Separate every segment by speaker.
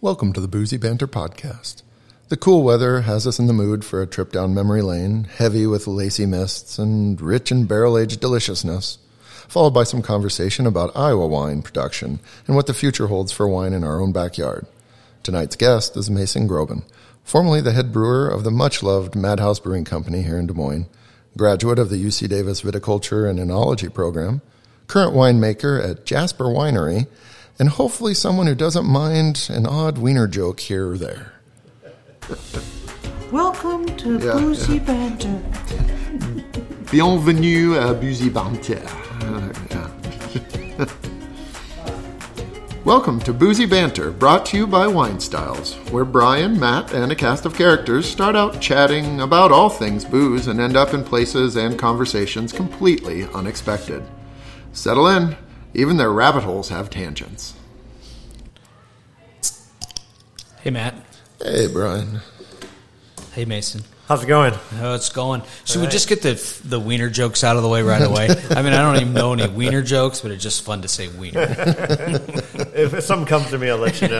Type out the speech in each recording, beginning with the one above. Speaker 1: Welcome to the Boozy Banter Podcast. The cool weather has us in the mood for a trip down memory lane, heavy with lacy mists and rich in barrel aged deliciousness, followed by some conversation about Iowa wine production and what the future holds for wine in our own backyard. Tonight's guest is Mason Groban, formerly the head brewer of the much loved Madhouse Brewing Company here in Des Moines, graduate of the UC Davis Viticulture and Enology program, current winemaker at Jasper Winery, and hopefully someone who doesn't mind an odd wiener joke here or there.
Speaker 2: Welcome to
Speaker 1: Yeah,
Speaker 2: Boozy Banter.
Speaker 1: Bienvenue à Busy Banter. Uh, yeah. Welcome to Boozy Banter, brought to you by Wine Styles, where Brian, Matt, and a cast of characters start out chatting about all things booze and end up in places and conversations completely unexpected. Settle in, even their rabbit holes have tangents.
Speaker 3: Hey Matt.
Speaker 1: Hey, Brian.
Speaker 3: Hey Mason.
Speaker 4: How's it going?
Speaker 3: How it's going? Should we just get the the wiener jokes out of the way right away? I mean, I don't even know any wiener jokes, but it's just fun to say wiener.
Speaker 4: If something comes to me, I'll let you know.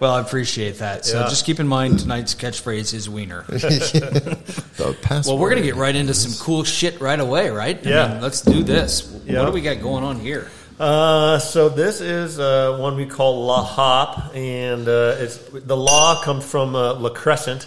Speaker 3: Well, I appreciate that. So
Speaker 4: Yeah.
Speaker 3: just keep in mind tonight's catchphrase is wiener.
Speaker 1: The password.
Speaker 3: Well, we're gonna get right into some cool shit right away, right? I
Speaker 4: Yeah.
Speaker 3: mean, let's do this. What
Speaker 4: Yeah.
Speaker 3: do we got going on here?
Speaker 4: Uh, so this is uh, one we call La Hop, and uh, it's the La comes from uh, La Crescent,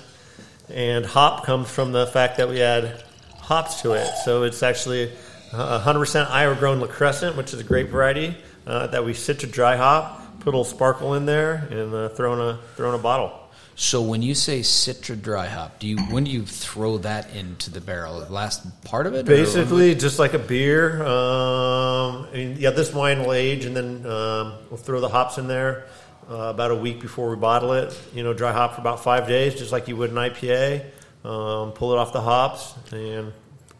Speaker 4: and Hop comes from the fact that we add hops to it. So it's actually uh, 100% Iowa grown La Crescent, which is a grape variety uh, that we sit to dry hop, put a little sparkle in there, and uh, throw in a throw in a bottle.
Speaker 3: So when you say citra dry hop, do you when do you throw that into the barrel? The last part of it? or-
Speaker 4: Basically, just like a beer. Um, and yeah, this wine will age, and then um, we'll throw the hops in there uh, about a week before we bottle it. You know, dry hop for about five days, just like you would an IPA. Um, pull it off the hops and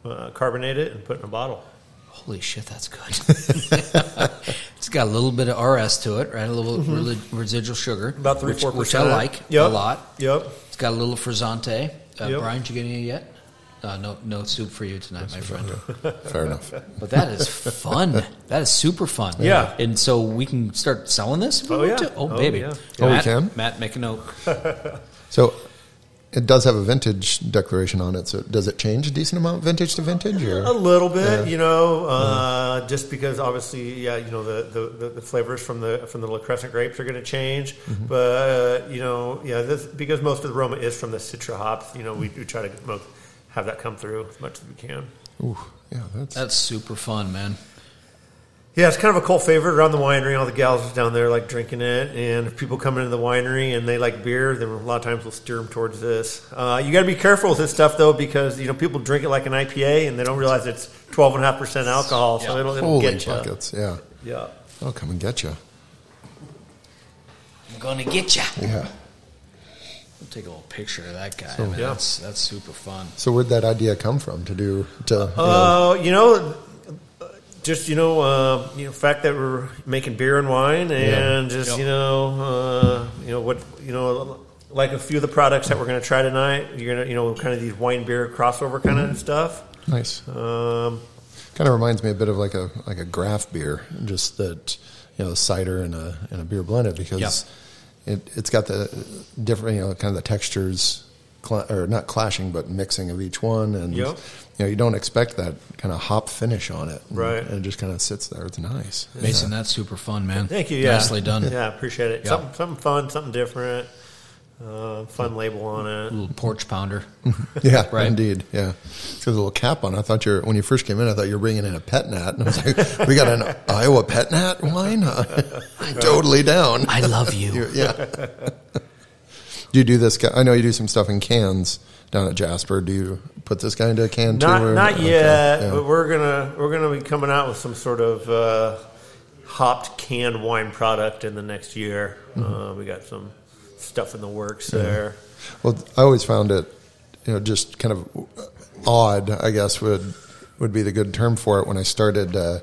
Speaker 4: uh, carbonate it and put it in a bottle.
Speaker 3: Holy shit, that's good. it's got a little bit of RS to it, right? A little reli- residual sugar,
Speaker 4: Mm-hmm. About three,
Speaker 3: which,
Speaker 4: four
Speaker 3: which I
Speaker 4: percent,
Speaker 3: like a lot.
Speaker 4: Yep.
Speaker 3: It's got a little frizzante. Uh,
Speaker 4: Yep.
Speaker 3: Brian, did you get any yet? Uh, no, no soup for you tonight, my friend.
Speaker 1: Fair enough.
Speaker 3: But that is fun. that is super fun.
Speaker 4: Yeah.
Speaker 3: and so we can start selling this. if we
Speaker 4: Oh,
Speaker 3: want
Speaker 4: yeah.
Speaker 3: to? oh
Speaker 4: Oh,
Speaker 3: baby.
Speaker 4: yeah.
Speaker 1: Oh, we
Speaker 3: Matt,
Speaker 1: can?
Speaker 3: Matt, make a note.
Speaker 1: So it does have a vintage declaration on it. So does it change a decent amount vintage to vintage?
Speaker 4: A
Speaker 1: Or?
Speaker 4: little bit, you know, uh, just because obviously, yeah, you know, the, the, the, the flavors from the from the La Crescent grapes are going to change, but you know, yeah, this, because most of the aroma is from the citra hops. You know, we do try to mo- have that come through as much as we can.
Speaker 1: Ooh, yeah, that's
Speaker 3: That's super fun, man.
Speaker 4: Yeah, it's kind of a cult favorite around the winery. All the gals down there like drinking it, and if people come into the winery and they like beer, then a lot of times we'll steer them towards this. Uh, you got to be careful with this stuff though, because you know people drink it like an IPA and they don't realize it's twelve and a half percent alcohol, so
Speaker 3: Yeah.
Speaker 4: it'll, it'll
Speaker 1: holy
Speaker 4: get you.
Speaker 1: buckets. Yeah,
Speaker 4: Yeah.
Speaker 1: I'll come and get you.
Speaker 3: I'm gonna get ya.
Speaker 1: Yeah.
Speaker 3: We'll take a little picture of that guy.
Speaker 1: So-
Speaker 3: man.
Speaker 4: Yeah.
Speaker 3: That's that's super fun.
Speaker 1: So where'd that idea come from to do to? you know-
Speaker 4: Uh, you know, just you know, uh, you know, fact that we're making beer and wine, and just
Speaker 3: Yep.
Speaker 4: you know, uh, you know what, you know, like a few of the products that we're going to try tonight. You're gonna, you know, kind of these wine beer crossover kind
Speaker 3: Mm-hmm.
Speaker 4: of stuff.
Speaker 1: nice.
Speaker 4: Um,
Speaker 1: Kind of reminds me a bit of like a like a draft beer, just that you know cider and a and a beer blended because it it's got the different you know kind of the textures cla or not clashing but mixing of each one and
Speaker 4: Yep.
Speaker 1: you know you don't expect that kind of hop finish on it And-
Speaker 4: Right.
Speaker 1: and, it just kind of sits there. It's nice.
Speaker 3: Mason, that's super fun, man.
Speaker 4: thank you. Yeah,
Speaker 3: Nicely done.
Speaker 4: Yeah, appreciate it.
Speaker 3: Yeah.
Speaker 4: Something, something fun, something different. Uh, fun label on it.
Speaker 3: Little porch pounder.
Speaker 1: Yeah,
Speaker 3: Right.
Speaker 1: indeed. Yeah, it's got a little cap on. it. I thought you were when you first came in. I thought you were bringing in a pet nat, and I was like, "We got an Iowa pet nat wine. I'm totally down."
Speaker 3: I love you.
Speaker 1: You- yeah. do you do this? Guy, I know you do some stuff in cans down at Jasper. Do you put this guy into a can
Speaker 4: Not,
Speaker 1: too? or-
Speaker 4: not
Speaker 1: okay,
Speaker 4: yet.
Speaker 1: yeah.
Speaker 4: But we're gonna we're gonna be coming out with some sort of uh, hopped canned wine product in the next year. Uh, we got some stuff in the works there.
Speaker 1: Well, I always found it, you know, just kind of odd. I guess would would be the good term for it when I started uh,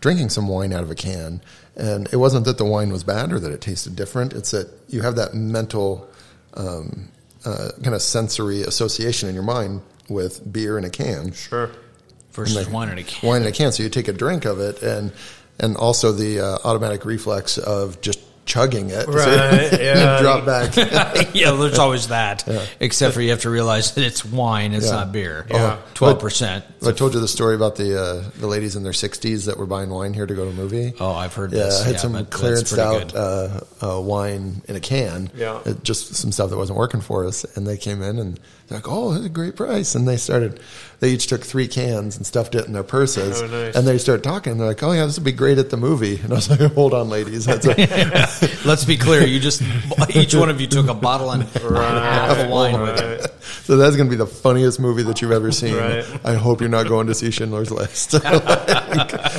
Speaker 1: drinking some wine out of a can, and it wasn't that the wine was bad or that it tasted different. It's that you have that mental um, uh, kind of sensory association in your mind with beer in a can.
Speaker 4: Sure.
Speaker 3: Versus
Speaker 1: Like,
Speaker 3: wine in a can.
Speaker 1: Wine in a can. So you take a drink of it, and and also the uh, automatic reflex of just chugging it.
Speaker 4: Right, yeah.
Speaker 1: drop back.
Speaker 3: yeah, there's always that. Except for you have to realize that it's wine, it's
Speaker 1: Yeah. Oh,
Speaker 3: not beer.
Speaker 4: Yeah.
Speaker 3: twelve percent.
Speaker 1: I told you the story about the uh, the ladies in their 60s that were buying wine here to go to a movie.
Speaker 3: Oh, I've heard
Speaker 1: Yeah,
Speaker 3: this.
Speaker 1: I had
Speaker 3: Yeah,
Speaker 1: some
Speaker 3: but that's
Speaker 1: clearanced
Speaker 3: pretty
Speaker 1: out
Speaker 3: good.
Speaker 1: uh, uh, wine in a can.
Speaker 4: Yeah.
Speaker 1: It- just some stuff that wasn't working for us. And they came in and they're like, oh, that's a great price. And they started, they each took three cans and stuffed it in their purses.
Speaker 4: Oh, nice.
Speaker 1: And they started talking. They're like, oh, yeah, this would be great at the movie. And I was like, hold on, ladies. That's a,
Speaker 3: Let's be clear. You just each one of you took a bottle and half a wine with you.
Speaker 4: Right.
Speaker 1: so that's going to be the funniest movie that you've ever seen.
Speaker 4: Right.
Speaker 1: I hope you're not going to see Schindler's List. Because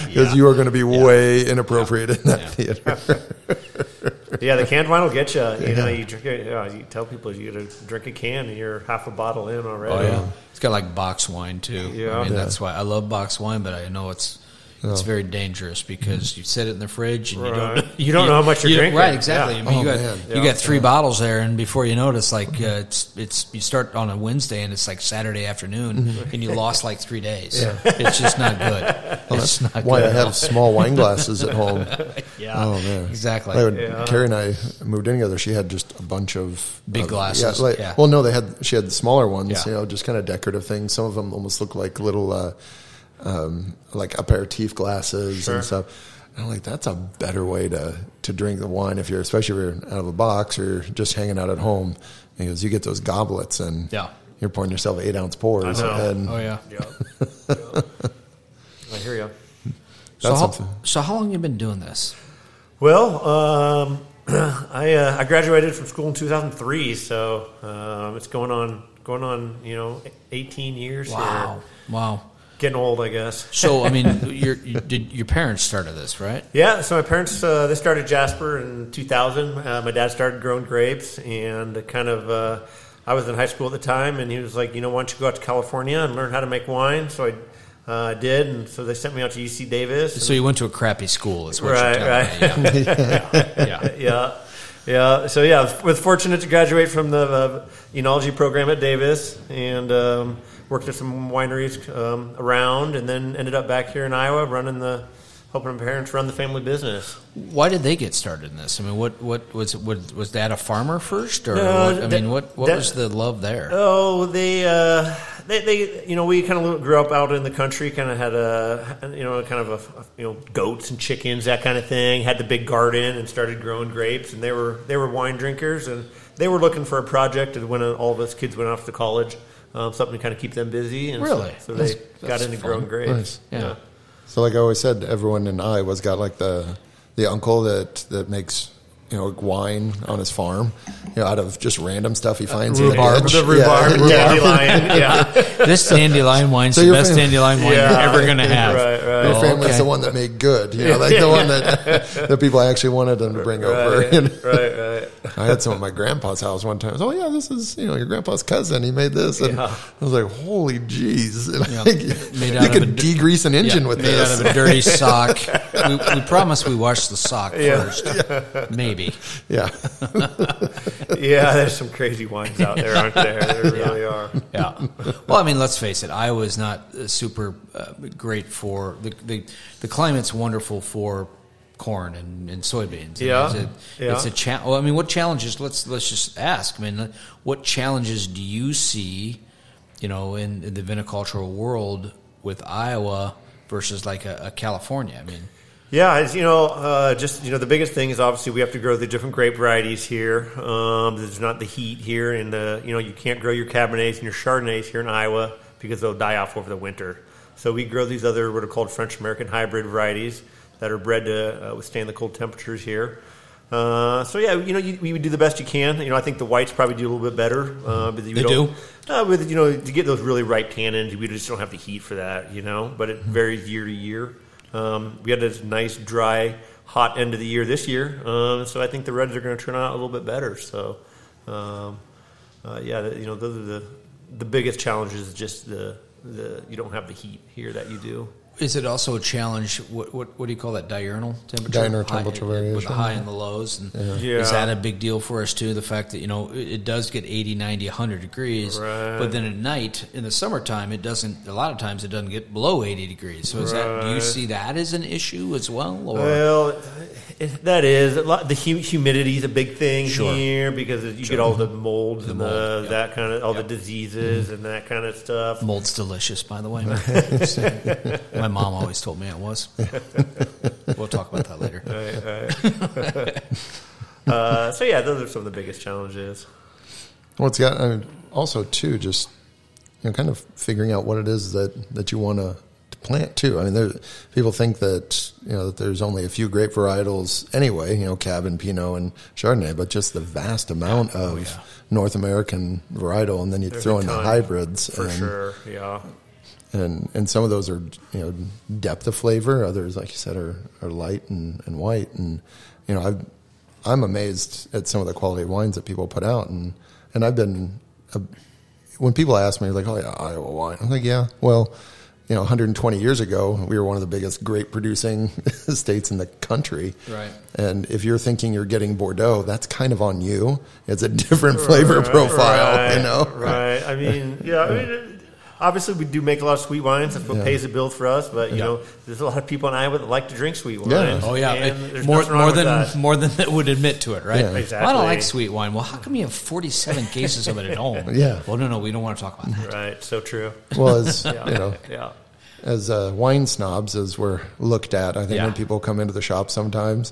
Speaker 1: you are going to be way inappropriate in that theater.
Speaker 4: Yeah, the canned wine will get you. You know, you drink it. Yeah, you tell people you gotta drink a can, and you're half a bottle in already.
Speaker 3: Oh yeah, it's got like box wine too.
Speaker 4: Yeah.
Speaker 3: I mean,
Speaker 4: Yeah.
Speaker 3: that's why I love box wine, but I know it's it's very dangerous because you set it in the fridge and you
Speaker 4: Right.
Speaker 3: don't
Speaker 4: You don't know how much you're
Speaker 3: you don't-
Speaker 4: drinking.
Speaker 3: Right, exactly.
Speaker 4: Yeah.
Speaker 3: I mean,
Speaker 1: Oh,
Speaker 3: you got
Speaker 1: man.
Speaker 3: you
Speaker 4: Yeah.
Speaker 3: got three bottles there, and before you notice, like uh, it's it's you start on a Wednesday and it's like Saturday afternoon,
Speaker 4: Mm-hmm.
Speaker 3: and you lost like three days. It's just not good. it's not
Speaker 1: why
Speaker 3: good.
Speaker 1: I
Speaker 3: at all.
Speaker 1: have small wine glasses at home.
Speaker 3: yeah,
Speaker 1: Oh man,
Speaker 3: exactly.
Speaker 1: I would-
Speaker 4: Yeah.
Speaker 1: Carrie and I moved in together. She had just a bunch of
Speaker 3: Big
Speaker 1: of-
Speaker 3: glasses,
Speaker 1: Yeah, like,
Speaker 3: yeah.
Speaker 1: Well, no, they had she had the smaller ones.
Speaker 3: Yeah.
Speaker 1: You know, just kind of decorative things. Some of them almost look like little, uh, um, like aperitif glasses
Speaker 4: Sure.
Speaker 1: and stuff. And I'm like, that's a better way to to drink the wine if you're, especially if you're out of a box or just hanging out at home, because you get those goblets and
Speaker 3: Yeah.
Speaker 1: you're pouring yourself eight ounce pours.
Speaker 4: I know.
Speaker 1: And
Speaker 3: oh yeah.
Speaker 4: Yeah. I hear you.
Speaker 3: So
Speaker 1: That's
Speaker 3: how,
Speaker 1: something.
Speaker 3: so how long you been doing this?
Speaker 4: Well, um, I uh, I graduated from school in 2003, so um, it's going on going on you know 18 years.
Speaker 3: Wow, wow.
Speaker 4: here. getting old, I guess.
Speaker 3: So I mean, your you, did your parents started this, right?
Speaker 4: Yeah, so my parents uh, they started Jasper in 2000. Uh, my dad started growing grapes, and kind of uh, I was in high school at the time, and he was like, you know, why don't you go out to California and learn how to make wine? So I uh, did, and so they sent me out to UC Davis.
Speaker 3: So you went to a crappy school, is what
Speaker 4: Right,
Speaker 3: you're telling me. Yeah. yeah.
Speaker 4: yeah, yeah. So yeah, I was- was fortunate to graduate from the uh, enology program at Davis, and um, worked at some wineries um, around, and then ended up back here in Iowa running the helping my parents run the family business.
Speaker 3: Why did they get started in this? I mean, what what was was, was dad a farmer first, or
Speaker 4: No,
Speaker 3: what, I
Speaker 4: that-
Speaker 3: mean, what what
Speaker 4: that-
Speaker 3: was the love there?
Speaker 4: Oh, they, uh, they, they, you know, we kind of grew up out in the country. Kind of had a, you know, kind of a, you know, goats and chickens, that kind of thing. Had the big garden and started growing grapes. And they were they were wine drinkers, and they were looking for a project. And when uh, all of us kids went off to college, um, something to kind of keep them busy. And so-
Speaker 3: Really?
Speaker 4: So,
Speaker 3: That's-
Speaker 4: they got
Speaker 3: that's
Speaker 4: into
Speaker 3: fun.
Speaker 4: growing grapes.
Speaker 1: Nice.
Speaker 3: yeah.
Speaker 1: So, like I always said, everyone in Iowa's got like the the uncle that that makes you know wine on his farm, you know, out of just random stuff he finds. in
Speaker 4: Rhubarb,
Speaker 1: ditch.
Speaker 4: the rhubarb,
Speaker 1: Yeah.
Speaker 4: dandelion, yeah,
Speaker 3: this dandelion wine's
Speaker 1: So
Speaker 3: the
Speaker 1: your
Speaker 3: best
Speaker 1: family-
Speaker 3: dandelion wine
Speaker 4: Yeah.
Speaker 3: you're ever going to have.
Speaker 4: Right, right.
Speaker 1: Your
Speaker 3: Oh,
Speaker 1: family's
Speaker 3: okay.
Speaker 1: the one that made good, you know, like the one that the people I actually wanted them to bring over. you know.
Speaker 4: right, right, right.
Speaker 1: I had some at my grandpa's house one time. I was, oh yeah, this is you know your grandpa's cousin. He made this, and
Speaker 4: Yeah.
Speaker 1: I was like, holy jeez! And
Speaker 3: Yeah.
Speaker 1: like,
Speaker 3: Made
Speaker 1: you
Speaker 3: out of a
Speaker 1: could
Speaker 3: d-
Speaker 1: degrease an engine with
Speaker 3: made
Speaker 1: this.
Speaker 3: out of a dirty sock. We, we promise we wash the sock first, maybe.
Speaker 1: yeah,
Speaker 4: Yeah, there's some crazy wines out there, aren't there? There really are.
Speaker 3: Yeah. Well, I mean, let's face it. Iowa's not uh, super uh, great for the, the the climate's wonderful for corn and, and soybeans. I mean,
Speaker 4: Yeah.
Speaker 3: It's a,
Speaker 4: Yeah.
Speaker 3: It's a cha- well, I mean, what challenges? Let's let's just ask. I mean, uh, what challenges do you see? You know, in, in the viticultural world with Iowa versus like a, a California. I mean,
Speaker 4: Yeah, as you know, uh, just you know, the biggest thing is obviously we have to grow the different grape varieties here. Um, there's not the heat here, and the you know you can't grow your cabernets and your chardonnays here in Iowa because they'll die off over the winter. So we grow these other what are called French American hybrid varieties that are bred to uh, withstand the cold temperatures here. Uh, so yeah, you know, you, you do the best you can. You know, I think the whites probably do a little bit better, uh, but you
Speaker 3: They
Speaker 4: don't,
Speaker 3: do.
Speaker 4: uh, with you know to get those really ripe tannins, we just don't have the heat for that, you know. But it varies year to year. Um, we had this nice, dry, hot end of the year this year, um, so I think the reds are going to turn out a little bit better. So, um, uh, yeah, the- you know, those are the the biggest challenges. Is just the the you don't have the heat here that you do.
Speaker 3: is it also a challenge? What what, what do you call that? Diurnal temperature.
Speaker 1: Diurnal
Speaker 3: High-
Speaker 1: temperature
Speaker 3: With the
Speaker 1: variation.
Speaker 3: high and the lows, and
Speaker 4: Yeah.
Speaker 3: is that a big deal for us too? The fact that you know it, it does get 80, 90, 100 degrees,
Speaker 4: Right.
Speaker 3: but then at night in the summertime it doesn't. A lot of times it doesn't get below eighty degrees. So is that do you
Speaker 4: Right. Uh,
Speaker 3: see that as an issue as well? Or
Speaker 4: Well, it, That is a lot, the hu- humidity is a big thing
Speaker 3: Sure.
Speaker 4: here because you get all the molds and
Speaker 3: mold,
Speaker 4: the,
Speaker 3: yeah.
Speaker 4: that kind of all
Speaker 3: Yep. Mm-hmm.
Speaker 4: the diseases and that kind of stuff.
Speaker 3: Mold's delicious, by the way. My mom always told me it was. We'll talk about that later.
Speaker 4: Right, right. uh, so yeah, those are some of the biggest challenges.
Speaker 1: Well, it's got I mean, also too just you know kind of figuring out what it is that that you want to plant too. I mean, there, people think that you know that there's only a few grape varietals anyway. You know, Cab and Pinot and Chardonnay, but just the vast amount of
Speaker 3: yeah.
Speaker 1: North American varietal, and then you
Speaker 4: Oh, There's
Speaker 1: throw
Speaker 4: a
Speaker 1: in the
Speaker 4: ton,
Speaker 1: hybrids
Speaker 4: For
Speaker 1: and,
Speaker 4: sure, yeah.
Speaker 1: and and some of those are you know depth of flavor. Others, like you said, are are light and, and white. And you know, I've, I'm amazed at some of the quality wines that people put out. And and I've been a, when people ask me like, "Oh, yeah, Iowa wine," I'm like, "Yeah, well." You know, 120 years ago, we were one of the biggest grape producing states in the country.
Speaker 3: Right.
Speaker 1: And if you're thinking you're getting Bordeaux, that's kind of on you. It's a different flavor profile, you
Speaker 4: Right,
Speaker 1: know?
Speaker 4: Right. I mean, yeah. I mean, it- obviously, we do make a lot of sweet wines. That's what
Speaker 1: Yeah.
Speaker 4: pays the bill for us. But you
Speaker 3: Yeah.
Speaker 4: know, there's a lot of people in Iowa that like to drink sweet wine.
Speaker 1: Yeah.
Speaker 3: Oh yeah,
Speaker 4: and
Speaker 3: it-
Speaker 4: there's
Speaker 3: more
Speaker 4: nothing wrong
Speaker 3: more
Speaker 4: with
Speaker 3: than
Speaker 4: that.
Speaker 3: more than that would admit to it, right?
Speaker 1: Yeah.
Speaker 4: Exactly.
Speaker 3: Well, I don't like sweet wine. Well, how come you have forty-seven cases of it at home?
Speaker 1: Yeah.
Speaker 3: Well, no, no, we don't want to talk about that.
Speaker 4: Right. So true.
Speaker 1: Well, as, you know,
Speaker 4: Yeah.
Speaker 1: as uh, wine snobs as we're looked at. I think
Speaker 3: Yeah.
Speaker 1: when people come into the shop sometimes,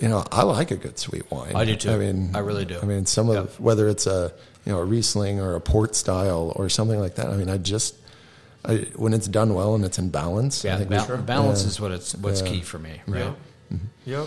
Speaker 1: you know, I like a good sweet wine.
Speaker 3: I do too.
Speaker 1: I mean,
Speaker 3: I really do.
Speaker 1: I mean, some of whether it's a you know a Riesling or a port style or something like that. I mean, I just I, when it's done well and it's in balance. I
Speaker 3: Yeah,
Speaker 1: think
Speaker 3: ba-
Speaker 1: we-
Speaker 3: balance
Speaker 1: yeah.
Speaker 3: is what it's what's
Speaker 1: Yeah.
Speaker 3: key for me, right?
Speaker 4: Yep. Yep.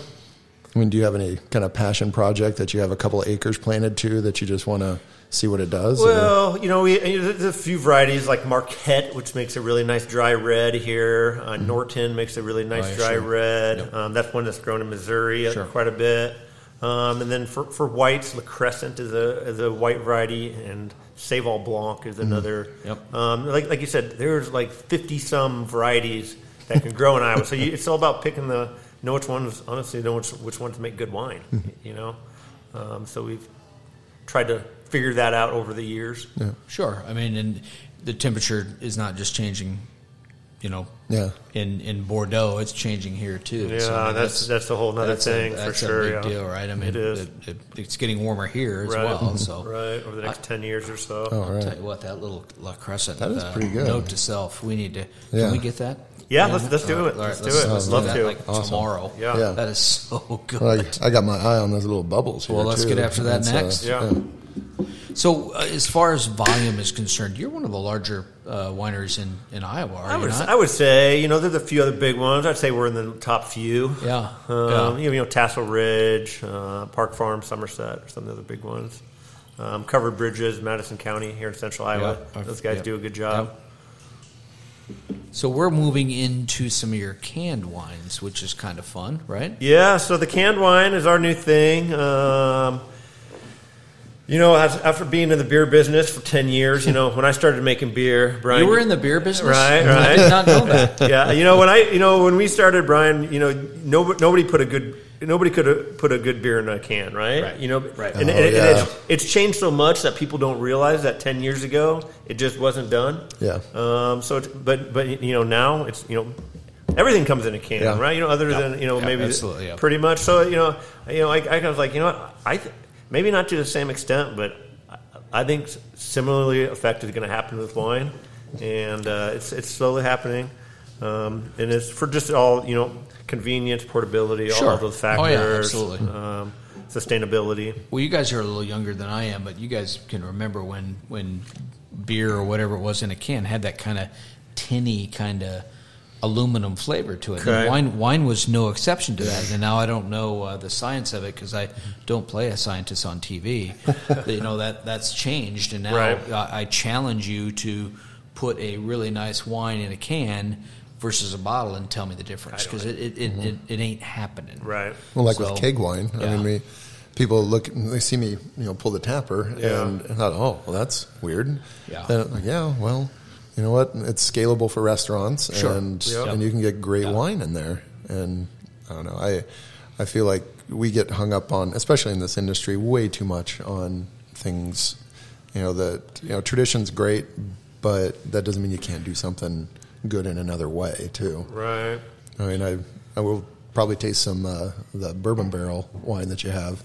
Speaker 1: I mean, do you have any kind of passion project that you have a couple acres planted to that you just want to see what it does? or-
Speaker 4: Well, you know, we, you know, there's a few varieties like Marquette, which makes a really nice dry red here. Uh, Norton makes a really nice
Speaker 3: Mm-hmm. Oh, yeah,
Speaker 4: dry
Speaker 3: sure.
Speaker 4: red. Um, that's one that's grown in Missouri uh,
Speaker 3: Sure.
Speaker 4: quite a bit. Um, and then for, for whites, La Crescent is a, is a white variety, and Saval Blanc
Speaker 3: Mm-hmm.
Speaker 4: is another.
Speaker 3: Yep.
Speaker 4: Um, like, like you said, there's like 50 some varieties that can grow in Iowa. So you, it's all about picking the, know which ones, honestly, know which, which ones make good wine, you know? Um, so we've tried to figure that out over the years.
Speaker 3: Sure. I mean, and the temperature is not just changing, you know,
Speaker 1: Yeah.
Speaker 3: in in Bordeaux, it's changing here too.
Speaker 4: Yeah, that's that's a whole other
Speaker 3: that's a-
Speaker 4: thing for
Speaker 3: that's a
Speaker 4: sure.
Speaker 3: big
Speaker 4: yeah.
Speaker 3: deal, right? I mean,
Speaker 4: It is.
Speaker 3: It, it, it's getting warmer here as
Speaker 4: Right.
Speaker 3: well. So,
Speaker 4: Right over the next ten years or so.
Speaker 1: All right.
Speaker 3: tell you what, that little La Crescent.
Speaker 1: That is
Speaker 3: uh,
Speaker 1: pretty good.
Speaker 3: Note to self: we need to.
Speaker 1: Yeah.
Speaker 3: Can we get that?
Speaker 4: Yeah, let's- let's do
Speaker 3: All
Speaker 4: it.
Speaker 3: all
Speaker 4: Let's do it. Let's
Speaker 1: love
Speaker 3: that,
Speaker 4: to.
Speaker 3: Like
Speaker 1: Awesome.
Speaker 3: tomorrow.
Speaker 4: Yeah.
Speaker 1: Yeah.
Speaker 3: That is so good.
Speaker 1: Well, I, I got my eye on those little bubbles. Here
Speaker 3: Well, let's
Speaker 1: too.
Speaker 3: get after that
Speaker 1: It's,
Speaker 3: next.
Speaker 4: Yeah.
Speaker 3: So, uh, as far as volume is concerned, you're one of the larger uh, wineries in, in Iowa, are
Speaker 4: I
Speaker 3: you
Speaker 4: would,
Speaker 3: not?
Speaker 4: I would say, you know, there's a few other big ones. I'd say we're in the top few.
Speaker 3: Yeah,
Speaker 4: Um,
Speaker 3: yeah.
Speaker 4: You know, Tassel Ridge, uh, Park Farm, Somerset, or some of the other big ones. Um, covered Bridges, Madison County here in central Iowa.
Speaker 3: Yeah.
Speaker 4: Those guys
Speaker 3: Yeah.
Speaker 4: do a good job.
Speaker 3: So we're moving into some of your canned wines, which is kind of fun, right?
Speaker 4: Yeah, so the canned wine is our new thing. Um, you know, as- after being in the beer business for 10 years, you know, when I started making beer, Brian.
Speaker 3: You were in the beer business,
Speaker 4: Right,
Speaker 3: I
Speaker 4: right.
Speaker 3: did not know that.
Speaker 4: yeah, you know when I, you know when we started, Brian, you know nobody, nobody put a good, nobody could have put a good beer in a can, right?
Speaker 3: Right.
Speaker 4: You know,
Speaker 3: Right.
Speaker 4: And,
Speaker 1: Oh,
Speaker 4: and- and
Speaker 1: yeah.
Speaker 4: it's, it's changed so much that people don't realize that ten years ago it just wasn't done.
Speaker 1: Yeah.
Speaker 4: Um. So, it's, but but you know now it's you know everything comes in a can,
Speaker 1: Yeah.
Speaker 4: right? You know, other than you know
Speaker 3: Yeah,
Speaker 4: maybe
Speaker 3: absolutely, yeah.
Speaker 4: pretty much. So you know, you know, I, I was like, you know, what? I th- maybe not to the same extent, but I, I think s- similarly effect is going to happen with wine, and uh, it's it's slowly happening, um, and it's for just all you know convenience, portability, all
Speaker 3: Sure.
Speaker 4: of those
Speaker 3: Oh,
Speaker 4: factors,
Speaker 3: yeah, absolutely.
Speaker 4: Um, sustainability.
Speaker 3: Well, you guys are a little younger than I am, but you guys can remember when when beer or whatever it was in a can had that kind of tinny kind of aluminum flavor to it. And
Speaker 4: Okay.
Speaker 3: Wine wine was no exception to that. And now I don't know uh, the science of it because I don't play a scientist on TV. But, you know that that's changed, and now
Speaker 4: Right.
Speaker 3: I, I challenge you to put a really nice wine in a can. Versus a bottle, and tell me the difference because it it, it, it it ain't happening.
Speaker 4: Right.
Speaker 1: Well, like
Speaker 3: So-
Speaker 1: with keg wine, I
Speaker 3: yeah.
Speaker 1: mean, we, people look, and they see me, you know, pull the tapper,
Speaker 4: Yeah.
Speaker 1: and, and thought, oh, well, that's weird.
Speaker 3: Yeah.
Speaker 1: Then like, yeah, well, you know what? It's scalable for restaurants,
Speaker 3: Sure.
Speaker 1: and
Speaker 3: Yep.
Speaker 1: and you can get great wine in there. And I don't know, I I feel like we get hung up on, especially in this industry, way too much on things. You know that you know tradition's great, but that doesn't mean you can't do something good in another way too.
Speaker 4: Right.
Speaker 1: I mean, I I will probably taste some uh, the bourbon barrel wine that you have.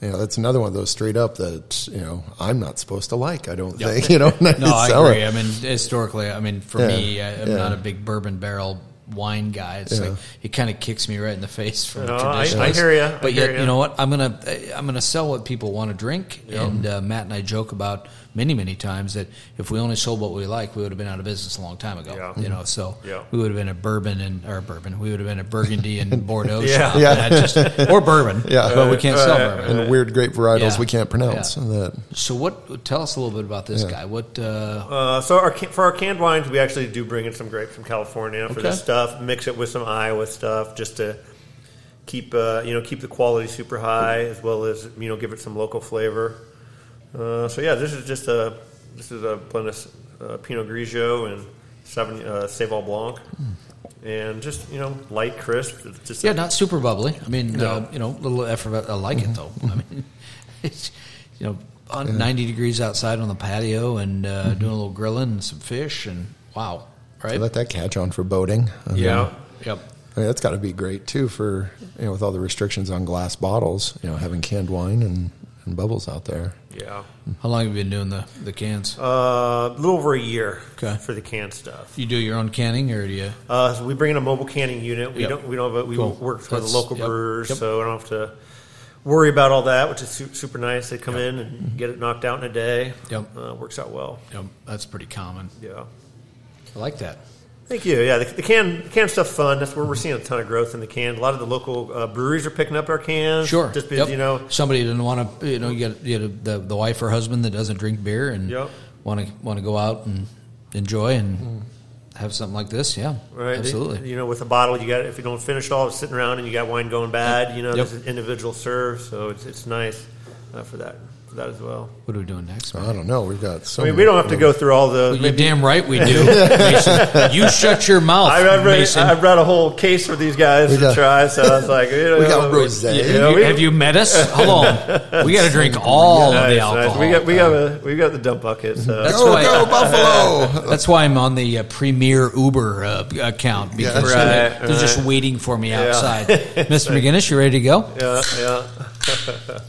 Speaker 1: You know, that's another one of those straight up that you know I'm not supposed to like. I don't think you know.
Speaker 3: No, I agree. I mean, historically, I mean, for
Speaker 1: Yeah,
Speaker 3: me, I, I'm
Speaker 1: yeah.
Speaker 3: not a big bourbon barrel wine guy. It's
Speaker 1: Yeah.
Speaker 3: like it kind of kicks me right in the face from
Speaker 4: No,
Speaker 3: the
Speaker 4: I- I
Speaker 3: traditionalist.
Speaker 4: hear ya, I
Speaker 3: But
Speaker 4: hear
Speaker 3: yet,
Speaker 4: ya.
Speaker 3: you know what? I'm gonna I'm gonna sell what people want to drink. And uh, Matt and I joke about many many times that if we only sold what we like, we would have been out of business a long time ago.
Speaker 4: Yeah. Mm-hmm.
Speaker 3: You know, so
Speaker 4: Yeah.
Speaker 3: we would have been a bourbon and or bourbon. We would have been a Burgundy and Bordeaux
Speaker 4: Yeah.
Speaker 3: shop.
Speaker 1: Yeah.
Speaker 3: And I just- or bourbon.
Speaker 1: Yeah.
Speaker 3: but we can't sell
Speaker 4: Right,
Speaker 3: bourbon.
Speaker 1: and weird grape varietals
Speaker 3: Yeah.
Speaker 1: we can't pronounce.
Speaker 3: Yeah.
Speaker 1: That
Speaker 3: So what? Tell us a little bit about this
Speaker 1: Yeah.
Speaker 3: guy. What? Uh,
Speaker 4: Uh, so our, ca- for our canned wines, we actually do bring in some grapes from California for this
Speaker 3: Okay.
Speaker 4: stuff. Mix it with some Iowa stuff just to keep uh, you know keep the quality super high, as well as you know give it some local flavor. Uh, so yeah, this is just a this is a blend of uh, Pinot Grigio and seven uh, Sauvignon Blanc, and just you know light, crisp. It's Just a-
Speaker 3: Yeah, not super bubbly. I mean, uh, you know, a little effervescent. I like it though. I mean, it's you know, on ninety degrees outside on the patio and uh, doing a little grilling and some fish and wow, right?
Speaker 1: let that catch on for boating. I mean,
Speaker 4: yeah.
Speaker 3: Yep.
Speaker 1: I mean, that's got to be great too for you know with all the restrictions on glass bottles. You know, having canned wine and, and bubbles out there.
Speaker 4: Yeah.
Speaker 3: How long have you been doing the the cans?
Speaker 4: Uh, a little over a year
Speaker 3: Okay.
Speaker 4: for the canned stuff.
Speaker 3: you do your own canning or do you?
Speaker 4: Uh, so we bring in a mobile canning unit. We
Speaker 3: Yep.
Speaker 4: don't. We don't. Have a, we
Speaker 3: Cool.
Speaker 4: work for the
Speaker 3: That's-
Speaker 4: local
Speaker 3: yep,
Speaker 4: brewers,
Speaker 3: yep.
Speaker 4: so I don't have to worry about all that, which is su- super nice. They come in and get it knocked out in a day.
Speaker 3: Yep.
Speaker 4: uh, works out well.
Speaker 3: you know, that's pretty common.
Speaker 4: Yeah.
Speaker 3: I like that.
Speaker 4: Thank you. Yeah, the, the can the can stuff's fun. That's where we're seeing a ton of growth in the can. A lot of the local uh, breweries are picking up our cans.
Speaker 3: Sure.
Speaker 4: Just because
Speaker 3: Yep.
Speaker 4: you know.
Speaker 3: somebody didn't want to. You know, you got you got the the wife or husband that doesn't drink beer and
Speaker 4: Yep.
Speaker 3: want to want to go out and enjoy and have something like this. Yeah,
Speaker 4: Right,
Speaker 3: absolutely.
Speaker 4: You know, with a bottle, you got if you don't finish it all, it's sitting around and you got wine going bad. You know,
Speaker 3: Yep.
Speaker 4: there's an individual serve, so it's, it's nice uh, for that for that as well.
Speaker 3: What are we doing next?
Speaker 1: I don't know. We've got so.
Speaker 4: I mean,
Speaker 1: many-
Speaker 4: we don't have to go through all the.
Speaker 3: You're damn right we do. Mason. You shut your mouth,
Speaker 4: I, I've, read,
Speaker 3: Mason.
Speaker 4: I've read a whole case for these guys
Speaker 1: We
Speaker 4: to
Speaker 1: got-
Speaker 4: try, so I was like, you know,
Speaker 1: We got rosé.
Speaker 4: you
Speaker 1: Yeah,
Speaker 4: know,
Speaker 3: You-
Speaker 4: we-
Speaker 3: have you met us? Hello. We got to drink all of
Speaker 4: nice,
Speaker 3: the
Speaker 4: nice.
Speaker 3: alcohol.
Speaker 4: We got we got a, we got the dump bucket. So.
Speaker 3: That's
Speaker 1: Go,
Speaker 3: why-
Speaker 1: Oh, go, Buffalo!
Speaker 3: That's why I'm on the uh, Premier Uber uh, account because
Speaker 1: Yeah.
Speaker 3: they're,
Speaker 4: Right,
Speaker 3: they're just
Speaker 4: right.
Speaker 3: waiting for me outside. Mr. McGinnis, you ready to go?
Speaker 4: yeah, yeah.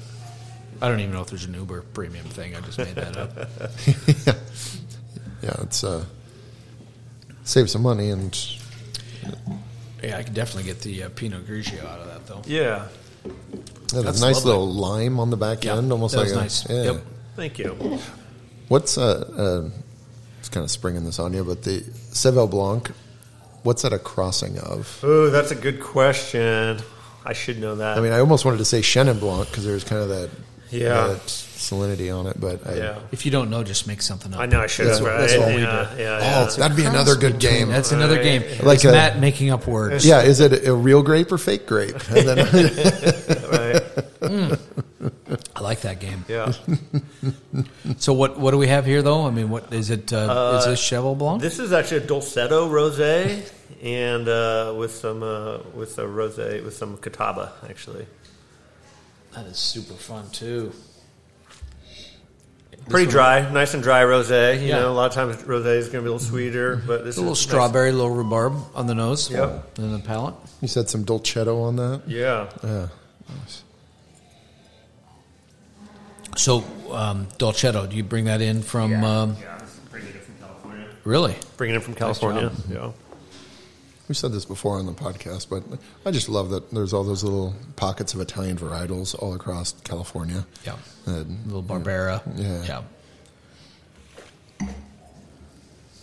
Speaker 3: I don't even know if there's an Uber premium thing. I just made that up.
Speaker 1: yeah, it's uh, save some money and
Speaker 3: Yeah, I can definitely get the uh, Pinot Grigio out of that though.
Speaker 4: yeah.
Speaker 1: yeah, there's
Speaker 3: That's
Speaker 1: a nice
Speaker 3: lovely.
Speaker 1: little lime on the back
Speaker 3: Yeah,
Speaker 1: end, almost
Speaker 3: that
Speaker 1: like
Speaker 3: was
Speaker 1: a,
Speaker 3: nice.
Speaker 1: yeah.
Speaker 3: Yep.
Speaker 4: Thank you.
Speaker 1: What's uh, uh, it's kind of springing this on you, but the Seville Blanc, what's that a crossing of?
Speaker 4: Ooh, that's a good question. I should know that.
Speaker 1: I mean, I almost wanted to say Chenin Blanc because there's kind of that
Speaker 4: Yeah.
Speaker 1: that salinity on it, but I,
Speaker 4: yeah.
Speaker 3: If you don't know, just make something up.
Speaker 4: I know I should.
Speaker 1: that's,
Speaker 4: have right?
Speaker 1: that's what we
Speaker 4: yeah,
Speaker 1: do.
Speaker 4: Yeah,
Speaker 1: oh,
Speaker 4: yeah.
Speaker 1: that'd be another good game.
Speaker 3: That's another game.
Speaker 1: Like
Speaker 3: Like
Speaker 1: a-
Speaker 3: Matt making up words.
Speaker 1: yeah, is it a real grape or fake grape? And then,
Speaker 4: right.
Speaker 3: I like that game.
Speaker 4: Yeah.
Speaker 3: So what what do we have here though? I mean, what is it? Uh, is this Cheval Blanc?
Speaker 4: This is actually a Dolcetto rosé, and uh, with some uh, with a rosé with some catawba actually.
Speaker 3: that is super fun too.
Speaker 4: Pretty dry, nice and dry rosé. You
Speaker 3: Yeah. Mm-hmm.
Speaker 4: know, a lot of times rosé is going to be a little sweeter, but this
Speaker 3: A little
Speaker 4: is
Speaker 3: strawberry, little rhubarb on the nose,
Speaker 4: Yep.
Speaker 3: and the palate.
Speaker 1: you said some Dolcetto on that.
Speaker 4: Nice. Yeah,
Speaker 1: Yeah,
Speaker 3: So um, Dolcetto, do you bring that in from? Um,
Speaker 4: yeah, bringing it from California.
Speaker 3: Really?
Speaker 4: Bringing it from California.
Speaker 3: job. Mm-hmm.
Speaker 4: yeah.
Speaker 1: we said this before on the podcast, but I just love that there's all those little pockets of Italian varietals all across California.
Speaker 3: Yeah.
Speaker 1: And
Speaker 3: little Barbera.
Speaker 1: Yeah.
Speaker 3: Yeah.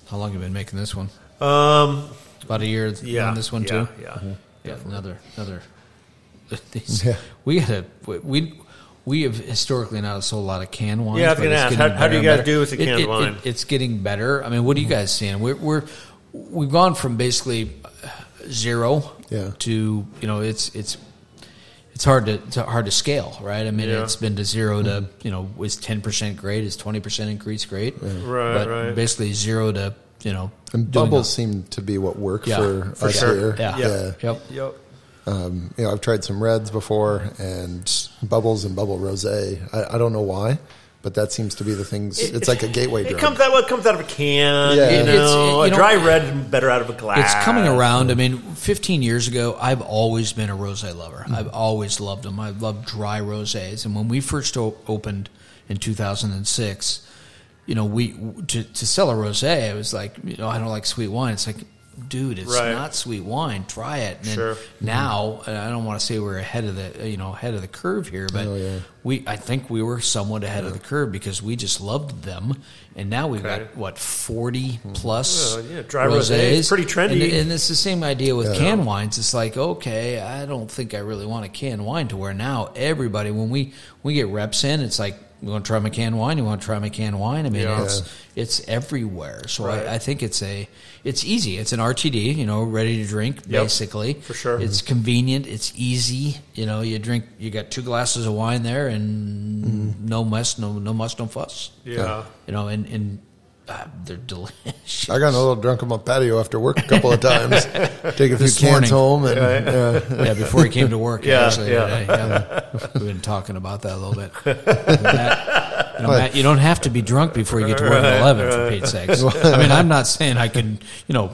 Speaker 3: How long have you been making this one?
Speaker 4: Um,
Speaker 3: About a year
Speaker 4: yeah.
Speaker 3: on this one
Speaker 4: yeah,
Speaker 3: too. Mm-hmm.
Speaker 4: Yeah.
Speaker 3: Yeah, another another. these-
Speaker 1: Yeah.
Speaker 3: We had a we we have historically not sold a lot of canned wines.
Speaker 4: Yeah, I was
Speaker 3: but
Speaker 4: gonna
Speaker 3: it's
Speaker 4: ask,
Speaker 3: getting
Speaker 4: how- how do you
Speaker 3: better and
Speaker 4: guys
Speaker 3: better.
Speaker 4: do with the
Speaker 3: It-
Speaker 4: canned
Speaker 3: it- it-
Speaker 4: wine?
Speaker 3: it's getting better. I mean, what are you
Speaker 1: Mm-hmm.
Speaker 3: guys seeing? We're we're we've gone from basically uh, zero
Speaker 1: Yeah.
Speaker 3: to you know it's it's. It's hard to, to hard to scale, right? I mean,
Speaker 4: Yeah.
Speaker 3: it's been to zero to
Speaker 1: Mm-hmm.
Speaker 3: you know is ten percent great, is twenty percent increase great,
Speaker 4: Right,
Speaker 3: But
Speaker 4: right.
Speaker 3: basically zero to you know
Speaker 1: And
Speaker 3: doing
Speaker 1: bubbles seem to be what work
Speaker 3: Yeah,
Speaker 1: for,
Speaker 3: for
Speaker 1: us
Speaker 3: sure.
Speaker 1: here.
Speaker 3: Yeah. Yep.
Speaker 4: Yep.
Speaker 1: Um, you know, I've tried some reds before and bubbles and bubble rosé. I, I don't know why, But that seems to be the things. it's like a gateway
Speaker 4: It
Speaker 1: drug.
Speaker 4: comes out. Well, it comes out of a can.
Speaker 1: Yeah.
Speaker 4: You
Speaker 1: It's-
Speaker 4: know,
Speaker 3: it- you know-
Speaker 4: a dry red better out of a glass.
Speaker 3: It's coming around. I mean, 15 years ago, I've always been a rosé lover.
Speaker 4: Hmm.
Speaker 3: I've always loved them. I love dry rosés. And when we first o- opened in 2006, you know, we to, to sell a rosé, it was like, you know, I don't like sweet wine. It's like, dude, it's
Speaker 4: Right.
Speaker 3: not sweet wine. Try it. And then
Speaker 4: Sure.
Speaker 3: Now, and I don't want to say we're ahead of the, you know, ahead of the curve here, but
Speaker 1: Oh, yeah.
Speaker 3: we, I think we were somewhat ahead of the curve because we just loved them. And now we've
Speaker 4: Okay.
Speaker 3: got what 40 plus
Speaker 4: Well, yeah, dry rosé is pretty trendy.
Speaker 3: And, and it's the same idea with canned wines. It's like, okay, I don't think I really want a canned wine to where now everybody, when we, we get reps in, it's like, you want to try my canned wine? You want to try my canned wine? I mean,
Speaker 4: Yeah.
Speaker 3: it's, it's everywhere. So
Speaker 4: Right.
Speaker 3: I, I think it's a, it's easy. It's an RTD, you know, ready to drink,
Speaker 4: Yep.
Speaker 3: basically.
Speaker 4: For sure.
Speaker 3: It's convenient. It's easy. You know, you drink, you got two glasses of wine there and
Speaker 4: Mm-hmm.
Speaker 3: no mess, no, no muss, no fuss.
Speaker 4: Yeah.
Speaker 3: You know, and, and uh, they're delicious.
Speaker 1: I got a little drunk on my patio after work a couple of times. Take a few
Speaker 3: This
Speaker 1: cans
Speaker 3: morning.
Speaker 1: home and
Speaker 3: yeah, before he came to work.
Speaker 4: Yeah,
Speaker 3: actually,
Speaker 4: yeah.
Speaker 3: today, yeah. We've been talking about that a little bit. Matt, you, know, Matt, you don't have to be drunk before you get to work at eleven for Pete's sakes. I mean, I'm not saying I can, you know,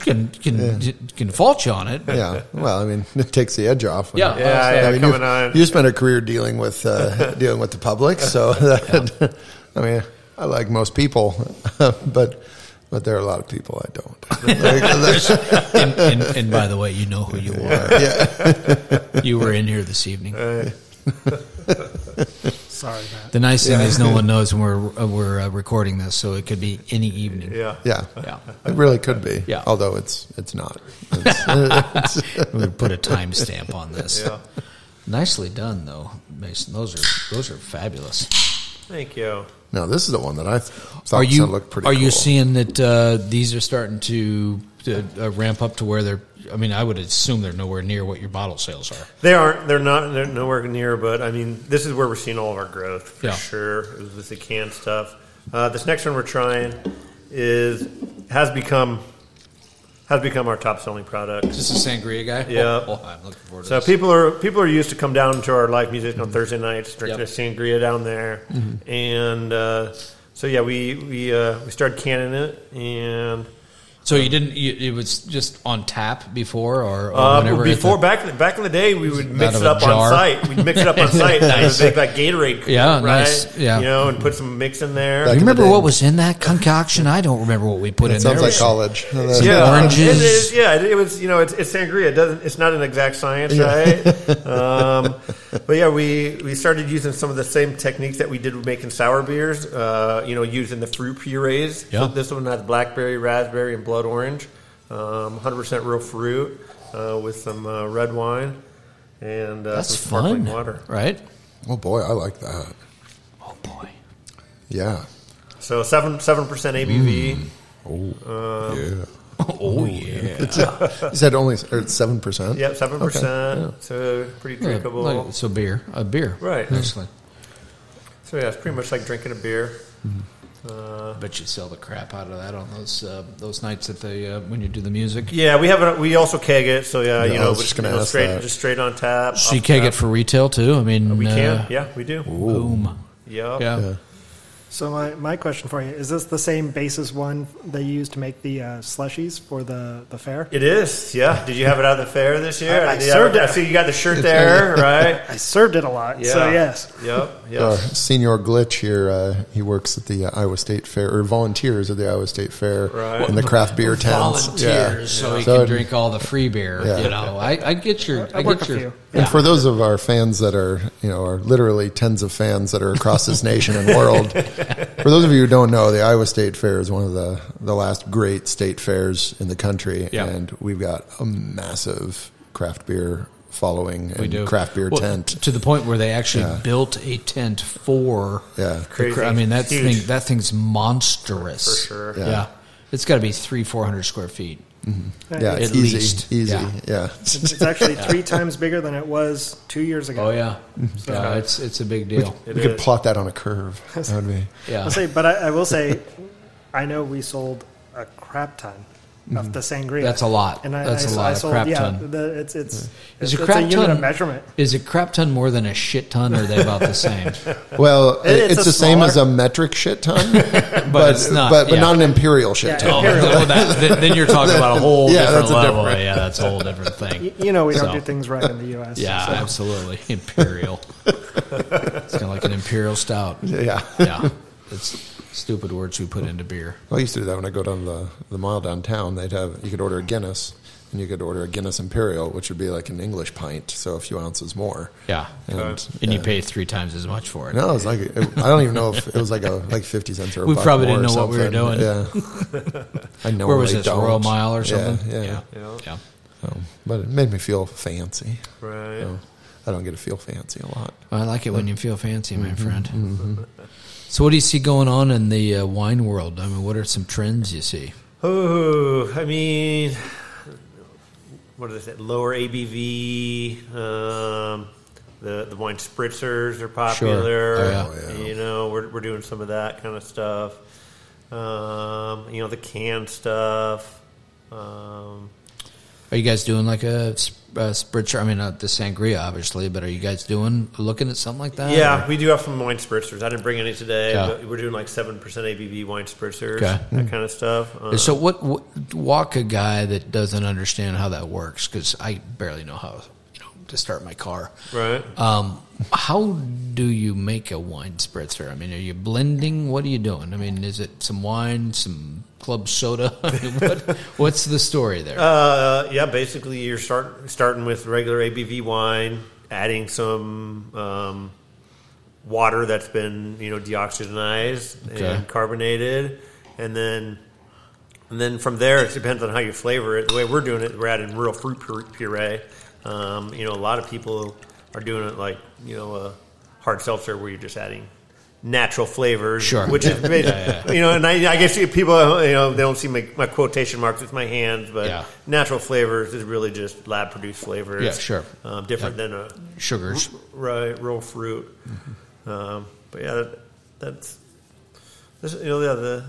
Speaker 3: can can can fault you on it. But
Speaker 1: yeah. Well, I mean, it takes the edge off.
Speaker 3: Yeah.
Speaker 4: Yeah, yeah,
Speaker 1: I mean,
Speaker 4: coming
Speaker 1: you,
Speaker 4: on.
Speaker 1: you spent a career dealing with uh, dealing with the public, so that, I mean, I like most people, but but there are a lot of people I don't. Like,
Speaker 3: and, and, and by the way, you know who you are.
Speaker 1: yeah,
Speaker 3: You were in here this evening.
Speaker 2: Sorry, Matt.
Speaker 3: The nice thing is, no one knows when we're uh, we're uh, recording this, so it could be any evening.
Speaker 4: Yeah.
Speaker 1: yeah,
Speaker 3: Yeah.
Speaker 1: It really could be.
Speaker 3: Yeah.
Speaker 1: although it's it's not. It's-
Speaker 3: We would put a timestamp on this.
Speaker 4: Yeah.
Speaker 3: Nicely done, though, Mason. Those are those are fabulous.
Speaker 4: Thank you.
Speaker 1: no, this is the one that I th- thought
Speaker 3: are you
Speaker 1: looked pretty.
Speaker 3: are you
Speaker 1: cool.
Speaker 3: seeing that uh, these are starting to, to uh, ramp up to where they're? I mean, I would assume they're nowhere near what your bottle sales are.
Speaker 4: They aren't. They're not. They're nowhere near. But I mean, this is where we're seeing all of our growth for
Speaker 3: Yeah.
Speaker 4: sure. Is with the canned stuff. Uh, this next one we're trying is has become has become our top selling product.
Speaker 3: Is this a sangria guy?
Speaker 4: Yeah.
Speaker 3: Oh, oh, I'm looking forward to
Speaker 4: So
Speaker 3: this.
Speaker 4: people are people are used to come down to our live music on Thursday nights, drink
Speaker 3: Yep. Mm-hmm.
Speaker 4: their sangria down there, and uh, so yeah, we we uh, we started canning it, and
Speaker 3: so you didn't? You, it was just on tap before, or, or
Speaker 4: uh,
Speaker 3: whenever at
Speaker 4: before
Speaker 3: the-
Speaker 4: back in the- back in the day, we would
Speaker 3: out
Speaker 4: mix
Speaker 3: of
Speaker 4: it
Speaker 3: a
Speaker 4: up on
Speaker 3: jar.
Speaker 4: site. We'd mix it up on site,
Speaker 3: Nice.
Speaker 4: make that Gatorade,
Speaker 3: Yeah,
Speaker 4: right?
Speaker 3: nice, yeah.
Speaker 4: you know, and put some mix in
Speaker 1: Back
Speaker 4: there.
Speaker 3: you
Speaker 1: in the
Speaker 3: remember
Speaker 1: day.
Speaker 3: what was in that concoction? I don't remember what we put in
Speaker 1: Sounds
Speaker 3: there.
Speaker 1: like college.
Speaker 4: yeah,
Speaker 3: oranges.
Speaker 4: It is, yeah, it, it was. You know, it's, it's sangria. It doesn't. It's not an exact science, right? um, but yeah, we we started using some of the same techniques that we did with making sour beers. Uh, you know, using the fruit purees.
Speaker 3: Yeah.
Speaker 4: So this one has blackberry, raspberry, and blood orange. Um, 100% real fruit uh, with some uh, red wine and uh,
Speaker 3: That's
Speaker 4: some sparkling
Speaker 3: fun,
Speaker 4: water.
Speaker 3: right?
Speaker 1: Oh boy, I like that.
Speaker 3: Oh boy,
Speaker 1: Yeah.
Speaker 4: So seven seven percent ABV.
Speaker 1: Oh yeah.
Speaker 3: oh yeah.
Speaker 1: You said only seven percent.
Speaker 4: Yep, seven percent. So pretty
Speaker 3: Yeah,
Speaker 4: drinkable.
Speaker 3: like- so beer, a beer,
Speaker 4: Right.
Speaker 3: Excellent.
Speaker 4: So yeah, it's pretty much like drinking a beer.
Speaker 3: Bet you sell the crap out of that on those uh, those nights at the uh, when you do the music.
Speaker 4: Yeah, we have it. We also keg it, so
Speaker 1: Yeah,
Speaker 4: yeah, you
Speaker 1: I
Speaker 4: know,
Speaker 1: was
Speaker 4: but,
Speaker 1: just gonna
Speaker 4: you know,
Speaker 1: ask
Speaker 4: straight
Speaker 1: that.
Speaker 4: just straight on tap.
Speaker 3: So you
Speaker 4: off
Speaker 3: keg
Speaker 4: tap.
Speaker 3: it for retail too. I mean,
Speaker 4: We
Speaker 3: uh,
Speaker 4: can, yeah, we do.
Speaker 3: Boom.
Speaker 4: Yeah,
Speaker 3: Yeah.
Speaker 1: Yeah.
Speaker 2: So my, my question for you is: This the same basis one they used to make the uh, slushies for the the fair?
Speaker 4: it is. Yeah, did you have it out of the fair this year?
Speaker 2: I- I
Speaker 4: Did you-
Speaker 2: served
Speaker 4: I
Speaker 2: it.
Speaker 4: see you got the shirt there, right?
Speaker 2: I served it a lot,
Speaker 4: Yeah.
Speaker 2: so yes.
Speaker 4: Yep.
Speaker 1: Our
Speaker 4: Yep.
Speaker 1: senior glitch here. Uh, he works at the uh, Iowa State Fair or volunteers at the Iowa State Fair
Speaker 4: Right.
Speaker 1: in the craft beer tents.
Speaker 3: Volunteers,
Speaker 1: Yeah.
Speaker 3: so he
Speaker 1: So-
Speaker 3: can drink all the free beer.
Speaker 1: Yeah.
Speaker 3: You know, I, I get your, I,
Speaker 2: worked
Speaker 3: get
Speaker 2: a
Speaker 3: your.
Speaker 2: few.
Speaker 1: And for those of our fans that are, you know, are literally tens of fans that are across this nation and world, for those of you who don't know, the Iowa State Fair is one of the, the last great state fairs in the country.
Speaker 3: Yeah.
Speaker 1: And we've got a massive craft beer following and
Speaker 3: we do
Speaker 1: craft beer
Speaker 3: Well,
Speaker 1: tent.
Speaker 3: to the point where they actually built a tent for.
Speaker 1: Yeah.
Speaker 4: Crazy.
Speaker 3: I mean that
Speaker 4: Huge.
Speaker 3: thing. That thing's monstrous.
Speaker 4: For sure.
Speaker 3: Yeah,
Speaker 1: Yeah.
Speaker 3: it's got to be three, four hundred square feet.
Speaker 1: Yeah,
Speaker 2: It's-
Speaker 1: it's
Speaker 3: At
Speaker 1: easy.
Speaker 3: least.
Speaker 1: Easy.
Speaker 3: Yeah.
Speaker 1: Yeah.
Speaker 2: It's actually three times bigger than it was two years ago.
Speaker 3: Oh yeah,
Speaker 1: Mm-hmm.
Speaker 3: yeah. It's it's a big deal.
Speaker 1: We
Speaker 4: It
Speaker 1: could
Speaker 4: is.
Speaker 1: plot that on a curve. That would be.
Speaker 3: Yeah.
Speaker 2: I'll say, but I, I will say, I know we sold a crap ton of the sangria.
Speaker 3: Mm-hmm. That's a lot.
Speaker 2: And I,
Speaker 3: That's
Speaker 2: I,
Speaker 3: a
Speaker 2: s-
Speaker 3: lot,
Speaker 2: I
Speaker 3: a
Speaker 2: sold,
Speaker 3: crap
Speaker 2: yeah,
Speaker 3: ton.
Speaker 2: The, it's it's
Speaker 3: Is
Speaker 2: it's,
Speaker 3: a
Speaker 2: it's
Speaker 3: crap
Speaker 2: a unit
Speaker 3: ton
Speaker 2: of measurement.
Speaker 3: Is a crap ton more than a shit ton? Or are they about the same?
Speaker 1: Well,
Speaker 2: It-
Speaker 1: it's,
Speaker 2: it's a
Speaker 1: the same
Speaker 2: smaller-
Speaker 1: as a metric shit ton, but
Speaker 3: But it's not,
Speaker 1: but, but
Speaker 3: yeah.
Speaker 1: not an imperial shit
Speaker 2: Yeah,
Speaker 1: ton.
Speaker 3: Oh, well, that- then- then you're talking about a whole
Speaker 1: Yeah,
Speaker 3: different
Speaker 1: that's a
Speaker 3: level.
Speaker 1: different-
Speaker 3: Yeah, that's a whole different thing.
Speaker 2: Y- You know, we don't
Speaker 3: So,
Speaker 2: do things right in the U.S.
Speaker 3: Yeah,
Speaker 2: so-
Speaker 3: absolutely. Imperial. it's kind of like an imperial stout.
Speaker 1: Yeah.
Speaker 3: Yeah, it's stupid words we put into beer.
Speaker 1: I used to do that when I go down the, the mile downtown. They'd have you could order a Guinness and you could order a Guinness Imperial, which would be like an English pint, so a few ounces more.
Speaker 3: Yeah, Uh,
Speaker 1: And,
Speaker 3: and you
Speaker 1: yeah.
Speaker 3: pay three times as much for it.
Speaker 1: No, it was like it, I don't even know if it was like a like fifty cents or a
Speaker 3: We
Speaker 1: buck
Speaker 3: probably didn't
Speaker 1: more or
Speaker 3: know what we were
Speaker 1: something.
Speaker 3: doing.
Speaker 1: Yeah, I know.
Speaker 3: Where was this Royal Mile or something?
Speaker 1: Yeah, yeah.
Speaker 3: yeah.
Speaker 4: Yeah.
Speaker 3: yeah.
Speaker 1: So, but it made me feel fancy.
Speaker 4: Right.
Speaker 1: So, I don't get to feel fancy a lot.
Speaker 3: I like it when you feel fancy, my friend. So, what do you see going on in the uh, wine world? I mean, what are some trends you see?
Speaker 4: Oh, I mean, what is it? Lower ABV. Um, the the wine spritzers are popular.
Speaker 3: Oh, yeah.
Speaker 1: Oh, yeah.
Speaker 4: You know, we're we're doing some of that kind of stuff. Um, you know, the canned stuff. Um,
Speaker 3: Are you guys doing like a, sp- uh spritzer? I mean, not the sangria, obviously, but are you guys doing looking at something like that?
Speaker 4: yeah,
Speaker 3: or-
Speaker 4: we do have some wine spritzers. I didn't bring any today,
Speaker 3: Yeah.
Speaker 4: but we're doing like seven percent ABV wine spritzers,
Speaker 3: Okay.
Speaker 4: that kind of stuff. Um,
Speaker 3: So, what, what walk a guy that doesn't understand how that works? Because I barely know how you know to start my car.
Speaker 4: Uh, right.
Speaker 3: Um, how do you make a wine spritzer? I mean, are you blending? What are you doing? I mean, is it some wine, some club soda? I mean, what, what's the story there?
Speaker 4: Uh, yeah, basically you're start, starting with regular ABV wine, adding some um, water that's been you know deoxygenized
Speaker 3: Okay.
Speaker 4: and carbonated, and then and then from there it depends on how you flavor it. The way we're doing it, we're adding real fruit pur- puree. Um, you know, a lot of people are doing it like you know a hard seltzer where you're just adding natural flavors,
Speaker 3: Sure.
Speaker 4: which is
Speaker 3: Yeah, yeah,
Speaker 4: you know, and I, I guess you- people, you know, they don't see my, my quotation marks with my hands, but
Speaker 3: Yeah.
Speaker 4: natural flavors is really just lab produced flavors.
Speaker 3: Yeah, sure.
Speaker 4: Um, different than a
Speaker 3: Sugars.
Speaker 4: right, real fruit. Um, but yeah, that, that's, that's, you know, yeah, the,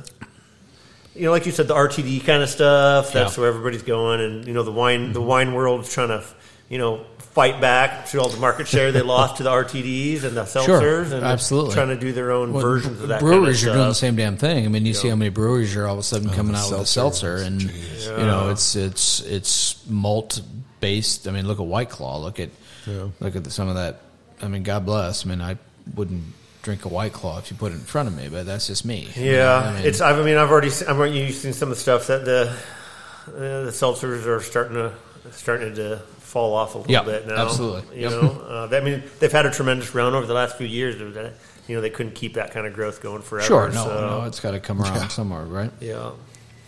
Speaker 4: you know, like you said, the RTD kind of stuff. That's
Speaker 3: Yeah.
Speaker 4: where everybody's going, and you know, the wine, the wine world's trying to, you know, fight back to all the market share they lost to the RTDs and the seltzers,
Speaker 3: Sure,
Speaker 4: and
Speaker 3: absolutely.
Speaker 4: trying to do their own
Speaker 3: Well,
Speaker 4: versions of that.
Speaker 3: breweries
Speaker 4: kind of
Speaker 3: are doing the
Speaker 4: stuff.
Speaker 3: same damn thing. I mean, you see how many breweries are all of a sudden coming
Speaker 1: Oh, the
Speaker 3: out with a seltzer,
Speaker 1: seltzers,
Speaker 3: and
Speaker 1: jeez.
Speaker 3: you know it's it's it's malt based. I mean, look at White Claw. Look at
Speaker 1: Yeah.
Speaker 3: look at some of that. I mean, God bless. I mean, I wouldn't drink a White Claw if you put it in front of me, but that's just me.
Speaker 4: Yeah,
Speaker 3: I mean,
Speaker 4: it's. I've, I mean, I've already. Seen, I'm already using some of the stuff that the uh, the seltzers are starting to starting to fall off a little
Speaker 3: Yeah,
Speaker 4: bit now.
Speaker 3: absolutely.
Speaker 4: You
Speaker 3: Yep.
Speaker 4: know, uh, they- I mean, they've had a tremendous run over the last few years. Of that, you know, they couldn't keep that kind of growth going forever.
Speaker 3: sure. No,
Speaker 4: so,
Speaker 3: no, it's got to come around somewhere, right?
Speaker 4: yeah.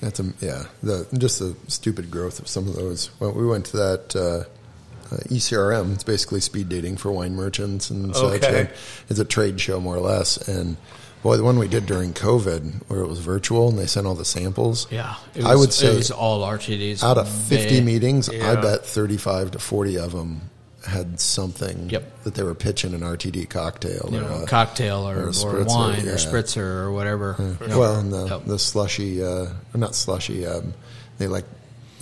Speaker 1: That's a yeah. The just the stupid growth of some of those. Well, we went to that uh, uh, ECRM. It's basically speed dating for wine merchants and such.
Speaker 4: Okay.
Speaker 1: And It's a trade show more or less. And boy, the one we did during COVID, where it was virtual and they sent all the samples.
Speaker 3: Yeah,
Speaker 1: I would say
Speaker 3: it was all RTDs.
Speaker 1: out of fifty
Speaker 3: They-
Speaker 1: meetings, I
Speaker 4: Yeah.
Speaker 1: bet thirty-five to forty of them had something
Speaker 3: Yep.
Speaker 1: that they were pitching an RTD cocktail.
Speaker 3: you
Speaker 1: or
Speaker 3: know,
Speaker 1: a-
Speaker 3: cocktail or,
Speaker 1: uh, or a
Speaker 3: or,
Speaker 1: spritzer,
Speaker 3: wine
Speaker 1: yeah.
Speaker 3: or spritzer or whatever. You know,
Speaker 1: Well, and the,
Speaker 3: yep.
Speaker 1: the slushy, uh, or not slushy, um, they like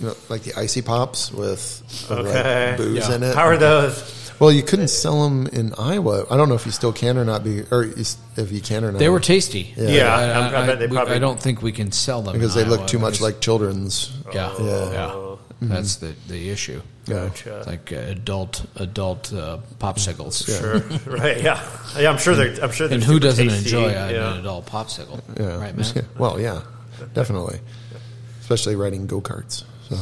Speaker 1: you know, like the icy pops with uh, like,
Speaker 4: Okay.
Speaker 1: booze
Speaker 3: Yeah.
Speaker 1: in it.
Speaker 4: How are those?
Speaker 1: well, you couldn't sell them in Iowa. I don't know if you still can or not, be, or you s- if you can or not.
Speaker 3: They were tasty.
Speaker 1: Yeah.
Speaker 4: Yeah,
Speaker 3: I,
Speaker 4: I'm- I
Speaker 3: I-
Speaker 4: bet they
Speaker 3: we-
Speaker 4: probably-
Speaker 3: I don't think we can sell them
Speaker 1: because
Speaker 3: in
Speaker 1: they look
Speaker 3: Iowa. Oh,
Speaker 1: too much
Speaker 3: It's-
Speaker 1: like children's.
Speaker 3: yeah,
Speaker 1: Yeah.
Speaker 3: yeah. That's the the issue.
Speaker 1: Yeah.
Speaker 4: Gotcha.
Speaker 3: It's like uh, adult adult uh, popsicles.
Speaker 4: Sure. right. Yeah. Yeah. I'm sure they're. I'm sure. They're
Speaker 3: And who
Speaker 4: super
Speaker 3: doesn't
Speaker 4: tasty.
Speaker 3: enjoy
Speaker 4: Yeah.
Speaker 3: an adult popsicle?
Speaker 1: Yeah.
Speaker 3: Right, man.
Speaker 1: Yeah. Well, yeah, definitely. Especially riding go karts. So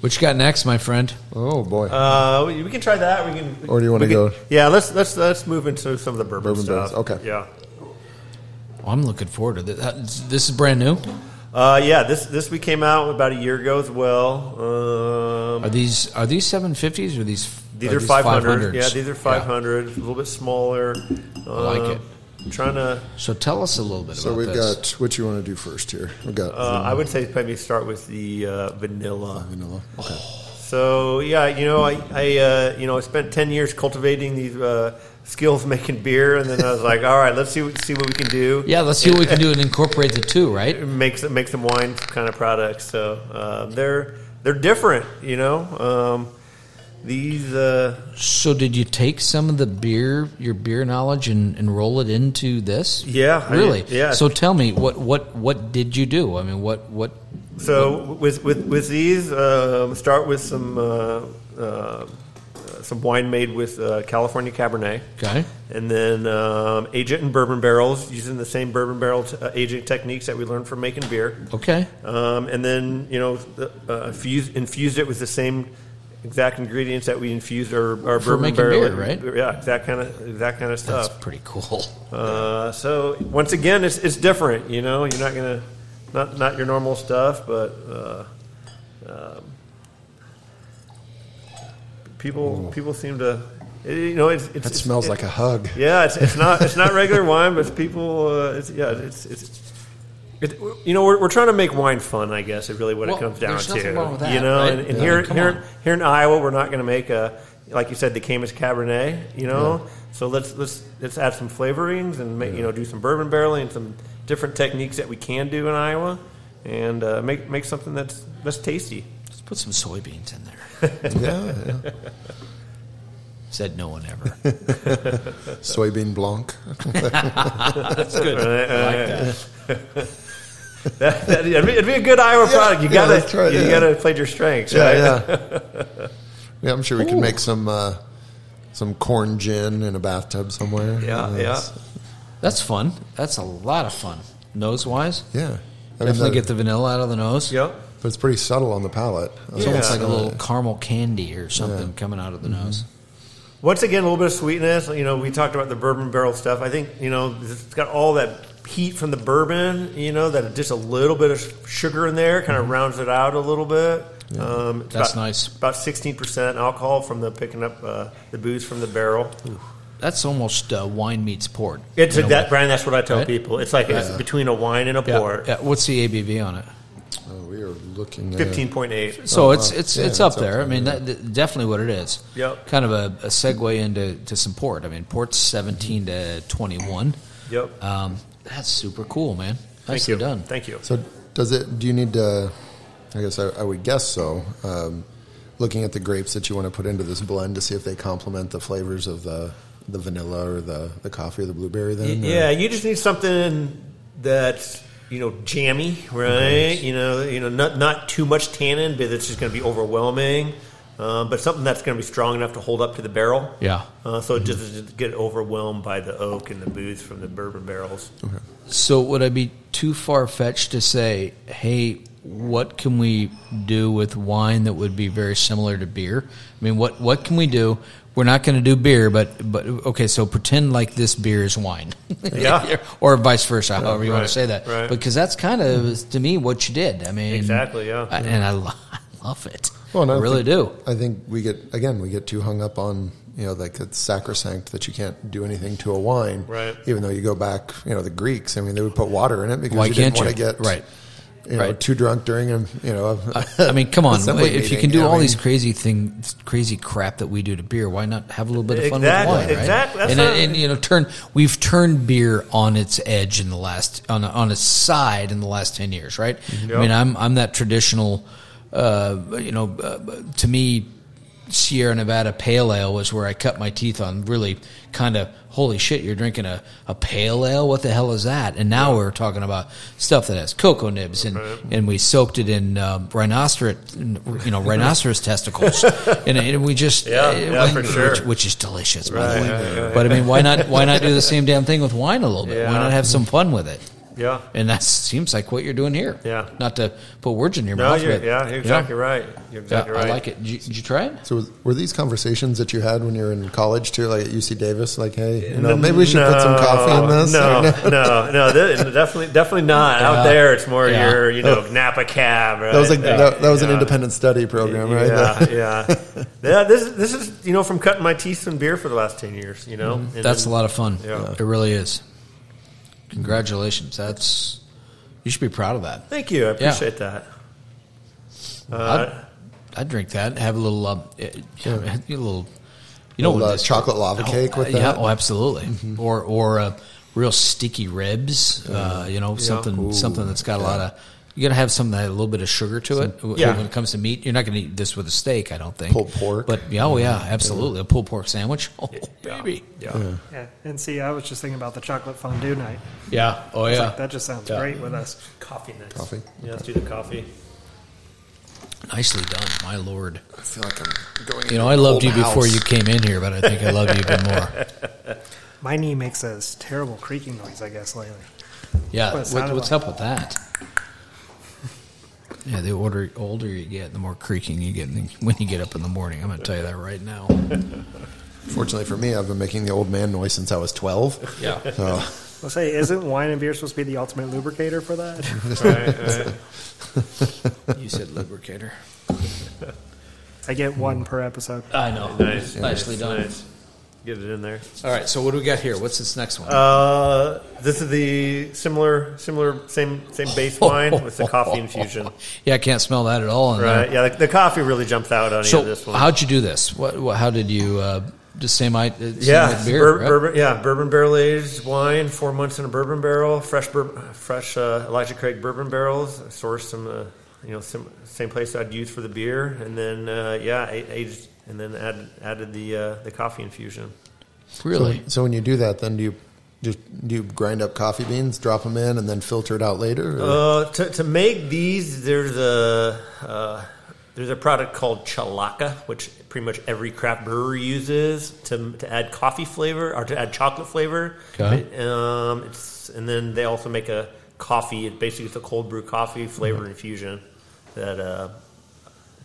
Speaker 3: What you got next, my friend?
Speaker 1: oh boy,
Speaker 4: Uh, we we can try that. We can.
Speaker 1: Or do you wanna
Speaker 4: we can-
Speaker 1: go-
Speaker 4: Yeah. Let's let's let's move into some of the bourbon,
Speaker 1: Bourbon
Speaker 4: stuff.
Speaker 1: bourbons, okay.
Speaker 4: Yeah.
Speaker 3: Oh, I'm looking forward to this. This is brand new.
Speaker 4: Uh, yeah, this this we came out about a year ago as well.
Speaker 3: Are
Speaker 4: Um,
Speaker 3: these are these 750s or these
Speaker 4: these are five hundred.
Speaker 3: 500s?
Speaker 4: Yeah, these are five hundred. A little bit smaller. Um, I
Speaker 3: like it.
Speaker 4: Trying to,
Speaker 3: So tell us a little bit.
Speaker 1: so
Speaker 3: about
Speaker 1: we've
Speaker 3: this.
Speaker 1: got what you want to do first here. We've got
Speaker 4: uh, I would say probably start with the uh, vanilla.
Speaker 1: vanilla. Okay.
Speaker 4: So yeah, you know, I, I uh, you know, I spent ten years cultivating these uh, skills making beer, and then I was like, all right, let's see what, see what we can do.
Speaker 3: Yeah, let's see what we can do and incorporate the two, right?
Speaker 4: make some make some wine kind of products. So uh, they're they're different, you know. Um, these uh,
Speaker 3: So, did you take some of the beer, your beer knowledge, and, and roll it into this?
Speaker 4: Yeah, I-
Speaker 3: really.
Speaker 4: yeah.
Speaker 3: So, tell me what what what did you do? I mean, what what?
Speaker 4: so with with with these um, start with some uh, uh, some wine made with uh, California Cabernet.
Speaker 3: Okay.
Speaker 4: And then um, age it in bourbon barrels using the same bourbon barrel t- uh, aging techniques that we learned from making beer.
Speaker 3: Okay.
Speaker 4: um, and then you know the- uh, infused, infused it with the same exact ingredients that we infused our, our
Speaker 3: For
Speaker 4: bourbon
Speaker 3: making
Speaker 4: barrel,
Speaker 3: beer, right?
Speaker 4: Yeah, that kind of that kind of
Speaker 3: That's
Speaker 4: stuff.
Speaker 3: pretty cool.
Speaker 4: Uh, so once again, it's it's different. You know, you're not gonna not not your normal stuff, but. Uh, um, People, people seem to, you know, it's, it's
Speaker 1: That
Speaker 4: it's-
Speaker 1: smells
Speaker 4: it-
Speaker 1: like a hug.
Speaker 4: yeah, it's, it's not it's not regular wine, but it's people. Uh, it's, yeah, it's it's. It, you know, we're, we're trying to make wine fun. I guess is really what
Speaker 3: Well,
Speaker 4: it comes down
Speaker 3: there's
Speaker 4: to.
Speaker 3: nothing wrong with that,
Speaker 4: you know,
Speaker 3: right?
Speaker 4: and, and
Speaker 3: Yeah.
Speaker 4: here
Speaker 3: Come
Speaker 4: here
Speaker 3: on.
Speaker 4: here in Iowa, we're not going to make a like you said the Camus Cabernet. You know, so let's let's let's add some flavorings and make, you know do some bourbon barreling and some different techniques that we can do in Iowa, and uh, make make something that's that's tasty.
Speaker 3: Let's put some soybeans in there.
Speaker 1: Yeah, yeah.
Speaker 3: Said no one ever.
Speaker 1: Soybean blanc.
Speaker 3: That's good. I like that.
Speaker 4: That, that, it'd, Uh, be, it'd be a good Iowa product. You
Speaker 1: yeah,
Speaker 4: gotta
Speaker 1: that's right,
Speaker 4: you,
Speaker 1: yeah.
Speaker 4: gotta play your strengths.
Speaker 1: Yeah,
Speaker 4: right?
Speaker 1: yeah. Yeah, I'm sure we can make some uh, some corn gin in a bathtub somewhere.
Speaker 4: yeah,
Speaker 1: Uh,
Speaker 4: yeah.
Speaker 3: That's fun. That's a lot of fun. Nose wise,
Speaker 1: yeah. I mean,
Speaker 3: definitely
Speaker 1: that-
Speaker 3: get the vanilla out of the nose.
Speaker 4: Yep.
Speaker 1: but it's pretty subtle on the palate.
Speaker 3: It's
Speaker 4: Yeah.
Speaker 3: almost like a little
Speaker 1: Uh,
Speaker 3: caramel candy or something
Speaker 1: Yeah.
Speaker 3: coming out of the
Speaker 4: Mm-hmm.
Speaker 3: nose.
Speaker 4: Once again, a little bit of sweetness. You know, we talked about the bourbon barrel stuff. I think you know it's got all that heat from the bourbon. You know, that just a little bit of sugar in there kind
Speaker 1: Mm-hmm.
Speaker 4: of rounds it out a little bit. Um, it's
Speaker 3: That's
Speaker 4: about,
Speaker 3: nice.
Speaker 4: About sixteen percent alcohol from the picking up uh, the booze from the barrel.
Speaker 3: That's almost uh, wine meets port.
Speaker 4: It's
Speaker 3: in a
Speaker 4: that
Speaker 3: way.
Speaker 4: Brian. That's what I tell
Speaker 3: Right?
Speaker 4: people. It's like it's between a wine and a
Speaker 3: Yeah,
Speaker 4: port.
Speaker 3: yeah. What's the ABV on it?
Speaker 1: oh, we are looking at
Speaker 4: Fifteen point eight.
Speaker 3: So
Speaker 1: Oh,
Speaker 3: it's
Speaker 1: wow.
Speaker 3: it's
Speaker 1: Yeah,
Speaker 3: it's up
Speaker 1: it's up
Speaker 3: there. I
Speaker 1: there,
Speaker 3: mean,
Speaker 1: yeah.
Speaker 3: that, that- definitely what it is.
Speaker 4: Yep.
Speaker 3: Kind of a, a segue into to some port. I mean, port's seventeen to twenty one.
Speaker 4: Yep.
Speaker 3: Um, that's super cool, man.
Speaker 4: Thank
Speaker 3: Nicely
Speaker 4: you.
Speaker 3: done.
Speaker 4: Thank you.
Speaker 1: So does it? Do you need to? I guess I, I would guess so. Um, looking at the grapes that you want to put into this blend to see if they complement the flavors of the the vanilla or the, the coffee or the blueberry. Then or-
Speaker 4: Yeah, you just need something that's you know jammy, right? You know, you know, not not too much tannin, but it's just going to be overwhelming. Um, but something that's going to be strong enough to hold up to the barrel.
Speaker 3: Yeah. Mm-hmm.
Speaker 4: Uh, so it just doesn't get overwhelmed by the oak and the booze from the bourbon barrels.
Speaker 3: So would I be too far fetched to say, hey, what can we do with wine that would be very similar to beer? I mean, what what can we do? We're not going to do beer, but but okay, so pretend like this beer is wine,
Speaker 4: Yeah.
Speaker 3: or vice versa, however you want
Speaker 4: right,
Speaker 3: to say that,
Speaker 4: right.
Speaker 3: because that's kind of to me what you did. I mean,
Speaker 4: Exactly, yeah.
Speaker 3: I- and I, lo- I love it.
Speaker 1: Well, and
Speaker 3: I
Speaker 1: don't
Speaker 3: really
Speaker 1: think-
Speaker 3: do.
Speaker 1: I think we get again we get too hung up on you know like it's sacrosanct that you can't do anything to a wine,
Speaker 4: Right.
Speaker 1: Even though you go back, you know the Greeks. I mean, they would put water in it because
Speaker 3: Why
Speaker 1: you
Speaker 3: can't
Speaker 1: didn't want to
Speaker 3: you?
Speaker 1: get
Speaker 3: Right.
Speaker 1: you know,
Speaker 3: Right. Uh,
Speaker 1: too drunk during a you know. a-
Speaker 3: I mean, come on!
Speaker 1: assembly
Speaker 3: If you
Speaker 1: meeting.
Speaker 3: can do
Speaker 1: I
Speaker 3: all
Speaker 1: mean,
Speaker 3: these crazy things, crazy crap that we do to beer, why not have a little bit of fun
Speaker 4: Exactly,
Speaker 3: with wine? Right?
Speaker 4: exactly. That's
Speaker 3: And,
Speaker 4: what-
Speaker 3: and you know, turn we've turned beer on its edge in the last on a, on its side in the last ten years, right?
Speaker 4: Mm-hmm.
Speaker 3: I mean, I'm I'm that traditional, uh, you know, uh, to me, Sierra Nevada Pale Ale was where I cut my teeth on really kind of holy shit, you're drinking a, a pale ale? What the hell is that? And now we're talking about stuff that has cocoa nibs and, and we soaked it in um, rhinoceros, you know, rhinoceros testicles. And, and we just,
Speaker 4: Yeah,
Speaker 3: uh,
Speaker 4: yeah, for
Speaker 3: which,
Speaker 4: sure.
Speaker 3: which is delicious, by the
Speaker 4: Right,
Speaker 3: way.
Speaker 4: yeah, yeah, yeah.
Speaker 3: But I mean, why not, why not do the same damn thing with wine a little bit? Why
Speaker 4: Yeah.
Speaker 3: not have some fun with it?
Speaker 4: Yeah.
Speaker 3: And that seems like what you're doing here.
Speaker 4: Yeah.
Speaker 3: Not to put words in your
Speaker 4: No,
Speaker 3: mouth.
Speaker 4: you're,
Speaker 3: but,
Speaker 4: yeah, you're
Speaker 3: you know,
Speaker 4: exactly right. You're exactly
Speaker 3: yeah,
Speaker 4: right.
Speaker 3: I like it. Did you, did you try it?
Speaker 1: So was- were these conversations that you had when you were in college too, like at UC Davis, like, hey, you know, maybe we should put some coffee in this?
Speaker 4: No, no, no, th- definitely, definitely not. Out
Speaker 3: Yeah.
Speaker 4: there, it's more
Speaker 3: Yeah. Oh.
Speaker 4: your, you know, Napa cab. Right?
Speaker 1: That was like
Speaker 4: Yeah.
Speaker 1: that, that was an
Speaker 4: Yeah.
Speaker 1: independent study program, right?
Speaker 4: Yeah, yeah. yeah this, is- this is, you know, from cutting my teeth and beer for the last 10 years, you know? And
Speaker 3: Mm-hmm. That's
Speaker 4: then-
Speaker 3: a lot of fun.
Speaker 4: Yeah.
Speaker 3: It really is. Congratulations. That's you should be proud of that.
Speaker 4: Thank you. I appreciate that. Uh,
Speaker 3: I'd drink that. Have a little, uh, eh, yeah, a little, you
Speaker 1: Little,
Speaker 3: know, what
Speaker 1: uh,
Speaker 3: it is.
Speaker 1: chocolate lava cake with
Speaker 3: uh, yeah,
Speaker 1: that. Mm-hmm.
Speaker 3: oh, absolutely, or or uh, real sticky ribs. Uh, you know, something something that's got a lot of. You gotta have something that had a little bit of sugar to it. W-
Speaker 4: Yeah.
Speaker 3: When it comes to meat, you're not gonna eat this with a steak, I don't think.
Speaker 1: Pulled pork.
Speaker 3: but yeah, oh yeah, absolutely, a pulled pork sandwich. Oh baby, yeah, yeah,
Speaker 2: Yeah. And see, I was just thinking about the chocolate fondue night.
Speaker 3: oh
Speaker 2: It's
Speaker 3: yeah.
Speaker 2: like, that just sounds
Speaker 3: Yeah.
Speaker 2: great with us.
Speaker 4: Coffee next.
Speaker 1: Coffee.
Speaker 4: Yeah, let's do the coffee.
Speaker 3: Nicely done, my lord.
Speaker 1: I feel like I'm going.
Speaker 3: You know, I loved you before you came in here, but I think I love you even more.
Speaker 2: My knee makes a s- terrible creaking noise, I guess, lately.
Speaker 3: Yeah,
Speaker 2: What it
Speaker 3: what,
Speaker 2: sounded
Speaker 3: what's
Speaker 2: like.
Speaker 3: up with that? Yeah, the older older you get, the more creaking you get in- when you get up in the morning. I'm going to tell you that right now.
Speaker 1: Fortunately for me, I've been making the old man noise since I was twelve.
Speaker 3: Yeah,
Speaker 1: So
Speaker 2: Let's say, isn't wine and beer supposed to be the ultimate lubricator for that?
Speaker 4: Right, right.
Speaker 3: you said lubricator.
Speaker 2: I get one per episode.
Speaker 3: I know.
Speaker 4: Nice.
Speaker 3: Nicely
Speaker 4: Nice,
Speaker 3: done.
Speaker 4: nice. Get it in there.
Speaker 3: All right, so what do we got here? What's this next one?
Speaker 4: Uh, this is the similar, similar, same, same base wine with the coffee infusion.
Speaker 3: yeah, I can't smell that at all. In
Speaker 4: Right?
Speaker 3: there.
Speaker 4: Yeah, the, the coffee really jumps out on you
Speaker 3: Uh-huh. So
Speaker 4: this one.
Speaker 3: how'd you do this? What, what how did you uh, just same I same
Speaker 4: yeah,
Speaker 3: like beer?
Speaker 4: bur-
Speaker 3: right?
Speaker 4: bourbon, yeah, bourbon barrel aged wine, four months in a bourbon barrel, fresh, bur- fresh uh, Elijah Craig bourbon barrels, sourced from the you know sim- same place I'd use for the beer, and then uh, yeah, a- aged, and then added added the uh, the coffee infusion.
Speaker 3: Really?
Speaker 1: So when you do that, then do you just do you grind up coffee beans, drop them in, and then filter it out later? or-
Speaker 4: Uh, to, to make these, there's a uh, there's a product called Chalaca, which pretty much every craft brewer uses to, to add coffee flavor or to add chocolate flavor.
Speaker 3: Okay.
Speaker 4: Um, it's, and then they also make a coffee. It basically it's a cold brew coffee flavor infusion that uh,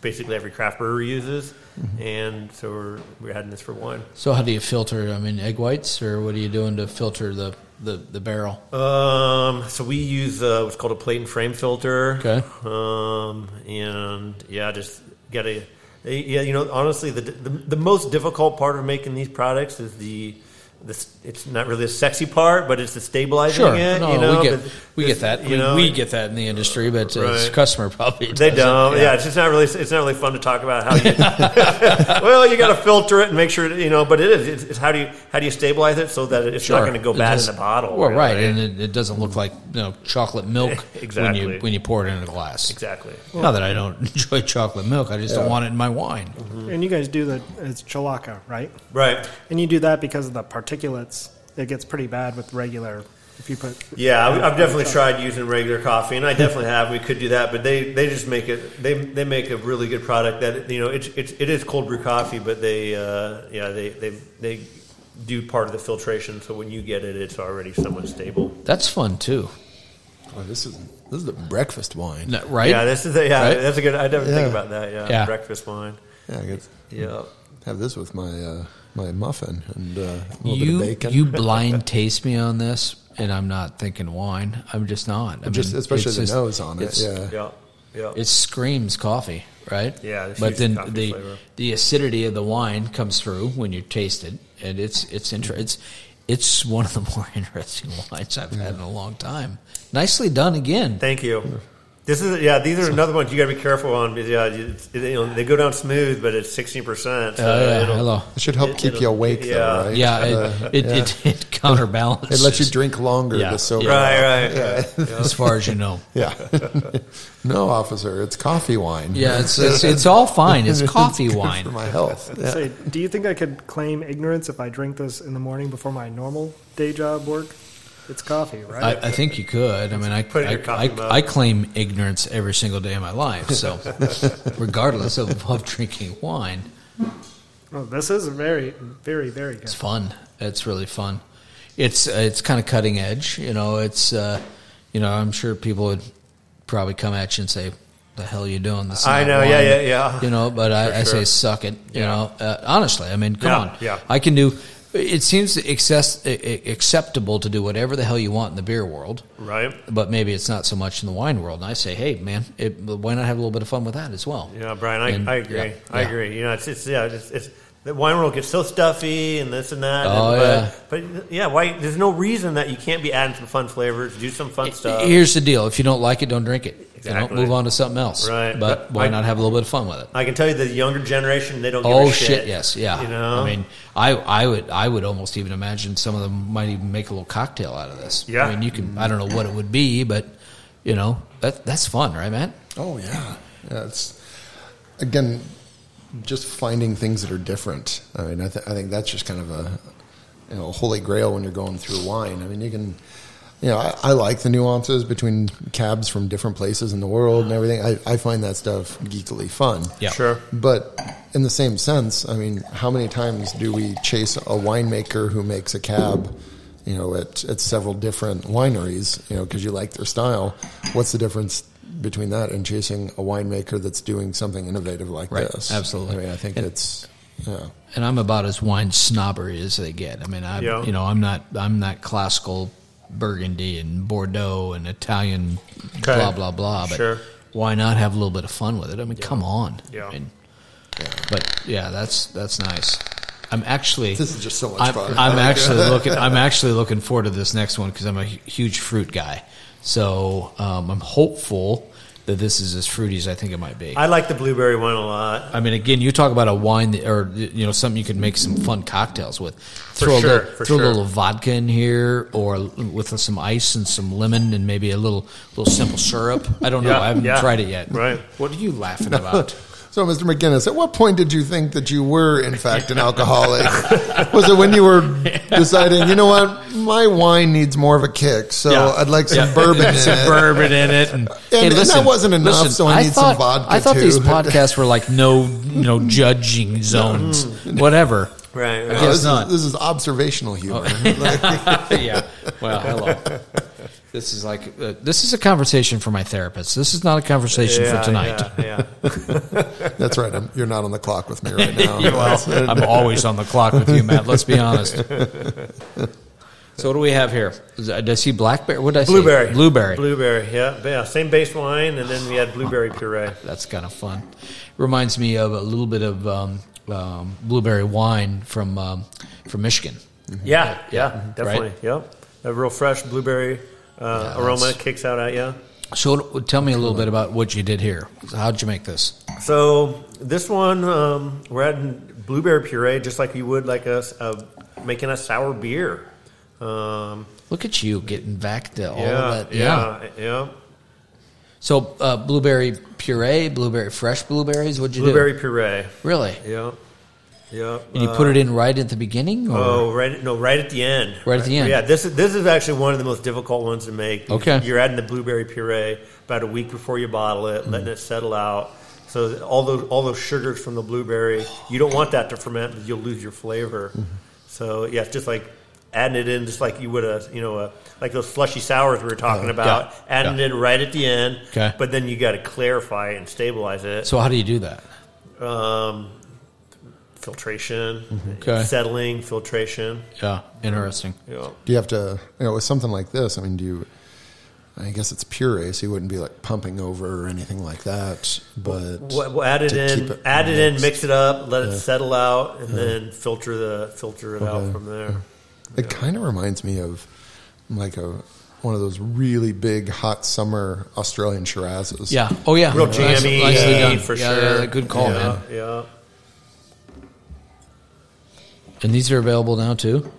Speaker 4: basically every craft brewer uses. And so we're we're adding this for wine.
Speaker 3: So how do you filter? I mean, egg whites, or what are you doing to filter the the, the barrel?
Speaker 4: Um, so we use uh, what's called a plate and frame filter.
Speaker 3: Okay.
Speaker 4: Um, and yeah, just get a yeah. You know, honestly, the, the the most difficult part of making these products is the this. It's not really a sexy part, but it's the stabilizing
Speaker 3: Sure,
Speaker 4: it.
Speaker 3: no,
Speaker 4: you know,
Speaker 3: we get
Speaker 4: but
Speaker 3: we get
Speaker 4: this-
Speaker 3: that.
Speaker 4: You
Speaker 3: we,
Speaker 4: know,
Speaker 3: we get that in the industry, but uh, it's
Speaker 4: Right.
Speaker 3: customer probably
Speaker 4: They
Speaker 3: doesn't.
Speaker 4: don't. Yeah. it's just not really. It's not really fun to talk about how you. well, you got to filter it and make sure you know. But it is. It's, it's how do you how do you stabilize it so that it's not
Speaker 3: Sure.
Speaker 4: going to go
Speaker 3: It
Speaker 4: bad in
Speaker 3: does-
Speaker 4: the bottle?
Speaker 3: Well,
Speaker 4: you know,
Speaker 3: right, and it, it doesn't look like you know chocolate milk when
Speaker 4: Exactly.
Speaker 3: you when you pour it in a glass.
Speaker 4: Exactly.
Speaker 3: Not that I don't enjoy chocolate milk, I just don't want it in my wine.
Speaker 2: And you guys do the, it's chalaca, right?
Speaker 4: Right.
Speaker 2: And you do that because of the particulates. It gets pretty bad with regular, if you put.
Speaker 4: Yeah, I- I've definitely tried using regular coffee, and I definitely have. We could do that, but they, they just make it. They they make a really good product that you know it's it's it is cold brew coffee, but they uh, yeah they, they they do part of the filtration, so when you get it, it's already somewhat stable.
Speaker 3: That's fun too,
Speaker 1: Oh, this is this is the breakfast wine.
Speaker 3: No- right?
Speaker 4: Yeah, this is a, yeah
Speaker 3: Right?
Speaker 4: that's a good. I never think
Speaker 1: Yeah.
Speaker 4: about that. Yeah,
Speaker 3: Yeah.
Speaker 4: breakfast wine.
Speaker 1: Yeah, I guess
Speaker 4: Yeah.
Speaker 1: have this with my uh, my muffin and uh, a little
Speaker 3: you
Speaker 1: bit of bacon.
Speaker 3: you blind taste me on this, and I'm not thinking wine. I'm just not. I
Speaker 1: just
Speaker 3: mean,
Speaker 1: especially
Speaker 3: it's
Speaker 1: the
Speaker 3: just-
Speaker 1: nose on it.
Speaker 3: it's-
Speaker 1: Yeah.
Speaker 4: Yeah. Yeah.
Speaker 3: It screams coffee, right?
Speaker 4: Yeah, it's
Speaker 3: but
Speaker 4: huge
Speaker 3: then
Speaker 4: coffee
Speaker 3: the
Speaker 4: flavor.
Speaker 3: the acidity of the wine comes through when you taste it, and it's it's inter- it's it's one of the more interesting wines I've had in a long time. Nicely done again.
Speaker 4: Thank you. This is yeah. These are another ones you got to be careful on. because, Yeah, you, it's- you know, they go down smooth, but it's sixteen percent.
Speaker 3: Uh, hello.
Speaker 1: It should help
Speaker 4: It-
Speaker 1: keep you
Speaker 4: it'll-
Speaker 1: awake,
Speaker 4: yeah.
Speaker 1: though, right?
Speaker 3: Yeah, it,
Speaker 1: Uh,
Speaker 3: it,
Speaker 1: yeah.
Speaker 3: It, it counterbalances.
Speaker 1: It lets you drink longer
Speaker 3: Yeah.
Speaker 1: to sober.
Speaker 3: Yeah.
Speaker 1: up.
Speaker 4: Right, right. right.
Speaker 3: as far as you know.
Speaker 1: Yeah. no, officer, it's coffee wine.
Speaker 3: Yeah, it's it's, it's all fine. It's coffee
Speaker 1: good
Speaker 3: wine.
Speaker 1: for my health. Yeah.
Speaker 2: Say, do you think I could claim ignorance if I drink this in the morning before my normal day job work? It's coffee, right?
Speaker 3: I, I think you could. I mean, I
Speaker 4: Put it in your
Speaker 3: I,
Speaker 4: coffee mug.
Speaker 3: I, I claim ignorance every single day of my life. So, regardless of, of drinking wine,
Speaker 2: well, this is very, very, very good.
Speaker 3: it's fun. It's really fun. It's uh, it's kind of cutting edge. You know, it's uh, you know, I'm sure people would probably come at you and say, "The hell you doing?" This is
Speaker 4: I
Speaker 3: not
Speaker 4: know, yeah,
Speaker 3: wine."
Speaker 4: yeah, yeah.
Speaker 3: You know, but I, I say,
Speaker 4: sure.
Speaker 3: suck it. You know, uh, honestly, I mean, come
Speaker 4: Yeah,
Speaker 3: on.
Speaker 4: yeah.
Speaker 3: I can do. It seems access, a- a- acceptable to do whatever the hell you want in the beer world.
Speaker 4: Right.
Speaker 3: but maybe it's not so much in the wine world. And I say, hey, man, it, why not have a little bit of fun with that as well?
Speaker 4: Yeah, Brian, I,
Speaker 3: And-
Speaker 4: I agree.
Speaker 3: yeah,
Speaker 4: I
Speaker 3: yeah.
Speaker 4: agree. You know, it's, it's yeah, it's, it's the wine world gets so stuffy and this and that.
Speaker 3: Oh,
Speaker 4: and,
Speaker 3: yeah.
Speaker 4: but, but yeah, why? There's no reason that you can't be adding some fun flavors, do some fun stuff.
Speaker 3: Here's the deal: if you don't like it, don't drink it. You know,
Speaker 4: Exactly.
Speaker 3: move on to something else.
Speaker 4: Right.
Speaker 3: But
Speaker 4: But
Speaker 3: why
Speaker 4: I-
Speaker 3: not have a little bit of fun with it?
Speaker 4: I can tell you the younger generation they don't. Give
Speaker 3: Oh
Speaker 4: a
Speaker 3: shit.
Speaker 4: shit.
Speaker 3: Yes. Yeah.
Speaker 4: You know.
Speaker 3: I mean, I I would I would almost even imagine some of them might even make a little cocktail out of this.
Speaker 4: Yeah.
Speaker 3: I mean, you can. I don't know what it would be, but you know that that's fun, right, man?
Speaker 1: Oh yeah, yeah. It's again, just finding things that are different. I mean, I, th- I think that's just kind of a you know holy grail when you're going through wine. I mean, you can. You know, I, I like the nuances between cabs from different places in the world and everything. I, I find that stuff geekily fun.
Speaker 3: Yeah.
Speaker 4: Sure.
Speaker 1: But in the same sense, I mean, how many times do we chase a winemaker who makes a cab, you know, at, at several different wineries, you know, because you like their style? What's the difference between that and chasing a winemaker that's doing something innovative like
Speaker 3: Right.
Speaker 1: this?
Speaker 3: Absolutely.
Speaker 1: I mean, I think
Speaker 3: And-
Speaker 1: it's, yeah.
Speaker 3: and I'm about as wine snobbery as they get. I mean, I
Speaker 4: Yeah.
Speaker 3: you know I'm not I'm not classical Burgundy and Bordeaux and Italian
Speaker 4: Okay.
Speaker 3: blah blah blah. But
Speaker 4: Sure.
Speaker 3: why not have a little bit of fun with it? I mean, come on.
Speaker 4: Yeah.
Speaker 3: I mean, But yeah, that's that's nice. I'm actually
Speaker 1: This is just so much
Speaker 3: I'm,
Speaker 1: fun.
Speaker 3: I'm actually looking I'm actually looking forward to this next one because I'm a hu- huge fruit guy. So um, I'm hopeful that this is as fruity as I think it might be.
Speaker 4: I like the blueberry one a lot.
Speaker 3: I mean, again, you talk about a wine that, or you know something you could make some fun cocktails with. Throw
Speaker 4: sure,
Speaker 3: a little,
Speaker 4: for
Speaker 3: throw
Speaker 4: sure.
Speaker 3: a little vodka in here, or with some ice and some lemon, and maybe a little little simple syrup. I don't know.
Speaker 4: Yeah,
Speaker 3: I haven't
Speaker 4: yeah.
Speaker 3: tried it yet.
Speaker 4: Right.
Speaker 3: What are you laughing about?
Speaker 1: So, Mr. McGinnis, at what point did you think that you were, in fact, an alcoholic? Was it when you were deciding, you know what, my wine needs more of a kick, so
Speaker 3: Yeah.
Speaker 1: I'd like some
Speaker 3: Yeah.
Speaker 1: bourbon in
Speaker 3: some
Speaker 1: it?
Speaker 3: bourbon in it, and,
Speaker 1: and that wasn't enough, so I need some
Speaker 3: thought-
Speaker 1: vodka,
Speaker 3: I thought
Speaker 1: too.
Speaker 3: these podcasts were like no, you know, judging zones, whatever.
Speaker 4: Right.
Speaker 1: No,
Speaker 4: right.
Speaker 3: guess
Speaker 1: Oh, this,
Speaker 3: not. Oh.
Speaker 1: Is, this is observational humor.
Speaker 3: yeah. Well, hello. This is like uh, this is a conversation for my therapist. This is not a conversation
Speaker 4: Yeah,
Speaker 3: for tonight.
Speaker 4: Yeah. yeah.
Speaker 1: That's right. I'm, you're not on the clock with me right now.
Speaker 3: Well, I'm always on the clock with you, Matt. Let's be honest. So what do we have here? Is- Did I see blackberry? What did I see?
Speaker 4: Blueberry.
Speaker 3: Blueberry.
Speaker 4: Blueberry. Yeah. Yeah. Same base wine, and then we had blueberry puree.
Speaker 3: That's kind of fun. Reminds me of a little bit of um, um, blueberry wine from um, from Michigan.
Speaker 4: Yeah. Yeah. Definitely.
Speaker 3: Right.
Speaker 4: Yep. A real fresh blueberry uh,
Speaker 3: Yeah,
Speaker 4: aroma
Speaker 3: that's-
Speaker 4: kicks out at you.
Speaker 3: So what- tell me a little bit about what you did here. How'd you make this?
Speaker 4: So this one, um, we're adding blueberry puree, just like you would like us uh, making a sour beer. Um,
Speaker 3: Look at you getting back to all
Speaker 4: yeah,
Speaker 3: of that.
Speaker 4: yeah, yeah.
Speaker 3: So uh, blueberry puree, blueberry fresh blueberries. What'd you
Speaker 4: Blueberry
Speaker 3: do?
Speaker 4: puree.
Speaker 3: Really?
Speaker 4: Yeah, yeah.
Speaker 3: And you put it in right at the beginning? Or?
Speaker 4: Oh, right! No, right at the end.
Speaker 3: Right at the end.
Speaker 4: Yeah, this is this is actually one of the most difficult ones to make.
Speaker 3: Okay.
Speaker 4: you're adding the blueberry puree about a week before you bottle it,
Speaker 3: Mm-hmm.
Speaker 4: letting it settle out. So that all those all those sugars from the blueberry, you don't want that to ferment because you'll lose your flavor.
Speaker 3: Mm-hmm.
Speaker 4: So yeah, it's just like adding it in, just like you would a you know a, like those slushy sours we were talking about,
Speaker 3: Uh, yeah,
Speaker 4: adding
Speaker 3: yeah.
Speaker 4: it right at the end.
Speaker 3: Okay.
Speaker 4: but then you got to clarify and stabilize it.
Speaker 3: So how do you do that?
Speaker 4: um, filtration,
Speaker 3: Mm-hmm. Okay.
Speaker 4: settling, filtration.
Speaker 3: Yeah, interesting.
Speaker 4: Yeah.
Speaker 1: Do you have to, you know, with something like this, I mean, do you, I guess it's puree, so you wouldn't be like pumping over or anything like that. But
Speaker 4: We'll, we'll add it
Speaker 1: to
Speaker 4: in,
Speaker 1: keep it
Speaker 4: add it in,
Speaker 1: mixed.
Speaker 4: mix it up, let it settle out, and then filter the filter it out
Speaker 1: Okay.
Speaker 4: from there.
Speaker 1: It kind of reminds me of like a one of those really big hot summer Australian Shirazes.
Speaker 3: Yeah. Oh yeah.
Speaker 4: Real
Speaker 3: Nice-
Speaker 4: jammy,
Speaker 3: nicely done.
Speaker 4: for
Speaker 3: yeah,
Speaker 4: sure.
Speaker 3: yeah, good call,
Speaker 4: yeah,
Speaker 3: man.
Speaker 4: Yeah,
Speaker 3: And these are available now too.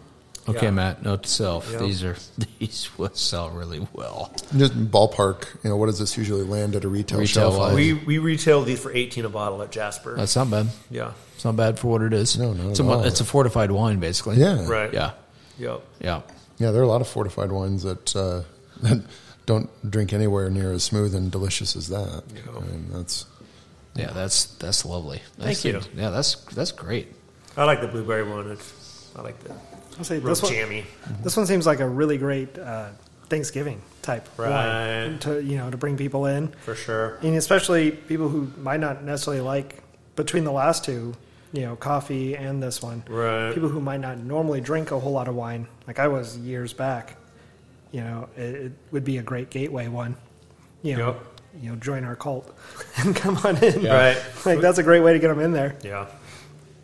Speaker 3: Okay,
Speaker 4: Yeah.
Speaker 3: Matt. Note to self:
Speaker 4: Yeah.
Speaker 3: these are these would sell really well.
Speaker 1: Just ballpark. You know, what does this usually land at a retail,
Speaker 3: Retail
Speaker 1: shelf?
Speaker 3: wise.
Speaker 1: life?
Speaker 4: we we retail these for eighteen a bottle at Jasper.
Speaker 3: That's not bad.
Speaker 4: yeah,
Speaker 3: It's not bad for what it is.
Speaker 1: No, not
Speaker 3: it's
Speaker 1: at
Speaker 3: a,
Speaker 1: all.
Speaker 3: It's a fortified wine, basically.
Speaker 1: yeah,
Speaker 4: right.
Speaker 3: Yeah.
Speaker 4: yep.
Speaker 3: Yeah.
Speaker 1: yeah. There are a lot of fortified wines that uh, that don't drink anywhere near as smooth and delicious as that. I mean, that's
Speaker 3: Yeah. That's that's lovely.
Speaker 4: Thank
Speaker 3: Nicely-
Speaker 4: you.
Speaker 3: Yeah. That's that's great.
Speaker 4: I like the blueberry one. It's I like the
Speaker 2: I'll say
Speaker 4: real
Speaker 2: this one,
Speaker 4: jammy.
Speaker 2: Mm-hmm. this one seems like a really great uh, Thanksgiving type
Speaker 4: Right.
Speaker 2: wine to you know to bring people in,
Speaker 4: For sure.
Speaker 2: and especially people who might not necessarily like between the last two, you know, coffee and this one.
Speaker 4: Right.
Speaker 2: People who might not normally drink a whole lot of wine, like I was years back. You know, it, it would be a great gateway one. You know,
Speaker 4: Yep.
Speaker 2: you know, join our cult and come on in.
Speaker 4: Right.
Speaker 2: Like that's a great way to get them in there.
Speaker 4: Yeah.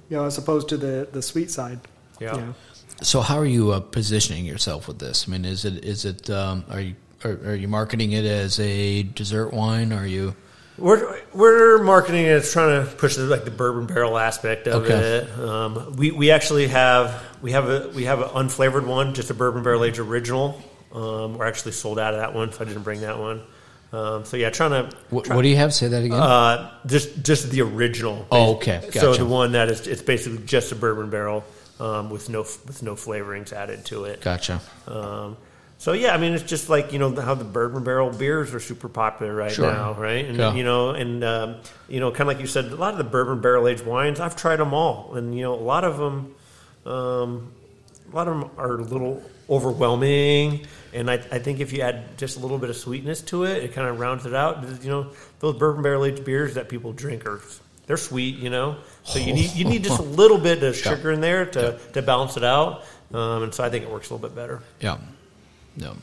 Speaker 2: you know, as opposed to the the sweet side.
Speaker 4: Yeah.
Speaker 2: You know.
Speaker 3: So how are you uh, positioning yourself with this? I mean, is it is it um, are you are, are you marketing it as a dessert wine? Are you
Speaker 4: We're we're marketing it. It's trying to push the, like the bourbon barrel aspect of
Speaker 3: Okay.
Speaker 4: it. Um, we we actually have we have a we have an unflavored one, just a bourbon barrel aged original. Um, we're actually sold out of that one, so I didn't bring that one. Um, so yeah, trying to
Speaker 3: what, what do you have? Say that again.
Speaker 4: uh, just just the original.
Speaker 3: Oh, okay.
Speaker 4: So
Speaker 3: Gotcha.
Speaker 4: the one that is it's basically just a bourbon barrel um, with no with no flavorings added to it.
Speaker 3: gotcha.
Speaker 4: Um, so yeah, I mean, it's just like you know how the bourbon barrel beers are super popular right
Speaker 3: Sure.
Speaker 4: now, right? And
Speaker 3: Yeah.
Speaker 4: you know, and um, you know, kind of like you said, a lot of the bourbon barrel aged wines, I've tried them all, and you know, a lot of them, um, a lot of them are a little overwhelming. And I, I think if you add just a little bit of sweetness to it, it kind of rounds it out. You know, those bourbon barrel aged beers that people drink are they're sweet, you know. So you need you need just a little bit of sugar in there to, to balance it out. Um, and so I think it works a little bit better.
Speaker 3: Yeah. No.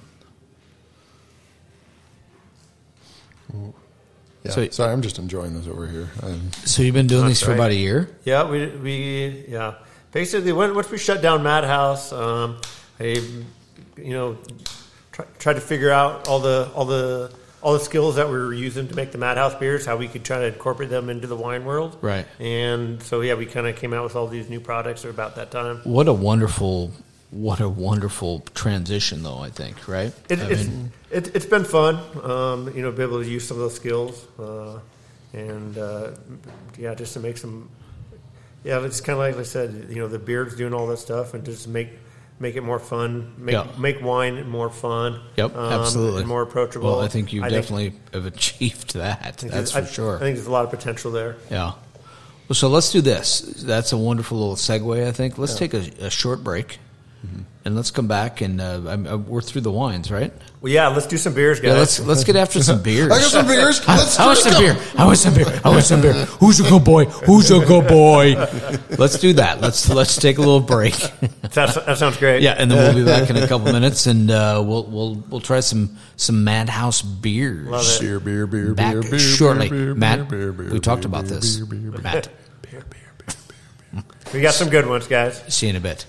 Speaker 1: Yeah.
Speaker 3: So-
Speaker 1: Sorry, I'm just enjoying this over here. Um, I'm,
Speaker 3: So you've been doing these for
Speaker 4: right.
Speaker 3: about a year.
Speaker 4: Yeah, we we yeah. Basically, when, once we shut down Madhouse, um, I you know try, tried to figure out all the all the all the skills that we were using to make the Madhouse beers, how we could try to incorporate them into the wine world.
Speaker 3: Right.
Speaker 4: And so yeah, we kind of came out with all these new products at about that time.
Speaker 3: What a wonderful, what a wonderful transition, though. I think right.
Speaker 4: It,
Speaker 3: I
Speaker 4: it's
Speaker 3: mean,
Speaker 4: it, it's been fun, um, you know, be able to use some of those skills, uh, and uh, yeah, just to make some, yeah, it's kind of like I said, you know, the beard's doing all that stuff, and just make make it more fun, make
Speaker 3: Yeah.
Speaker 4: make wine more fun,
Speaker 3: yep,
Speaker 4: um,
Speaker 3: absolutely.
Speaker 4: and more approachable.
Speaker 3: Well, I think you
Speaker 4: I
Speaker 3: definitely have achieved that.
Speaker 4: I think
Speaker 3: That's for
Speaker 4: there's- I-
Speaker 3: sure.
Speaker 4: I think there's a lot of potential there.
Speaker 3: Yeah. Well, so let's do this. That's a wonderful little segue, I think. Let's take a, a short break,
Speaker 1: Mm-hmm.
Speaker 3: and let's come back and uh, I'm, uh, we're through the wines, right?
Speaker 4: Well, yeah, let's do some beers, guys.
Speaker 3: Yeah. Let's let's get after some beers.
Speaker 1: I got some beers.
Speaker 3: I,
Speaker 1: Let's
Speaker 3: I want
Speaker 1: drink
Speaker 3: some beer. I want some beer. I want some beer. Who's a good boy? Who's a good boy? Let's do that. Let's let's take a little break.
Speaker 4: That's- that sounds great.
Speaker 3: yeah, and then we'll be back in a couple minutes, and uh, we'll we'll we'll try some some madhouse beers.
Speaker 4: Love it.
Speaker 1: Beer, beer, beer,
Speaker 3: Back
Speaker 1: beer, beer,
Speaker 3: shortly,
Speaker 1: beer, beer,
Speaker 3: Matt.
Speaker 1: beer, beer,
Speaker 3: we talked
Speaker 1: beer,
Speaker 3: about
Speaker 1: beer,
Speaker 3: this,
Speaker 1: beer, beer, beer.
Speaker 3: Matt.
Speaker 4: we got some good ones, guys.
Speaker 3: See you in a bit.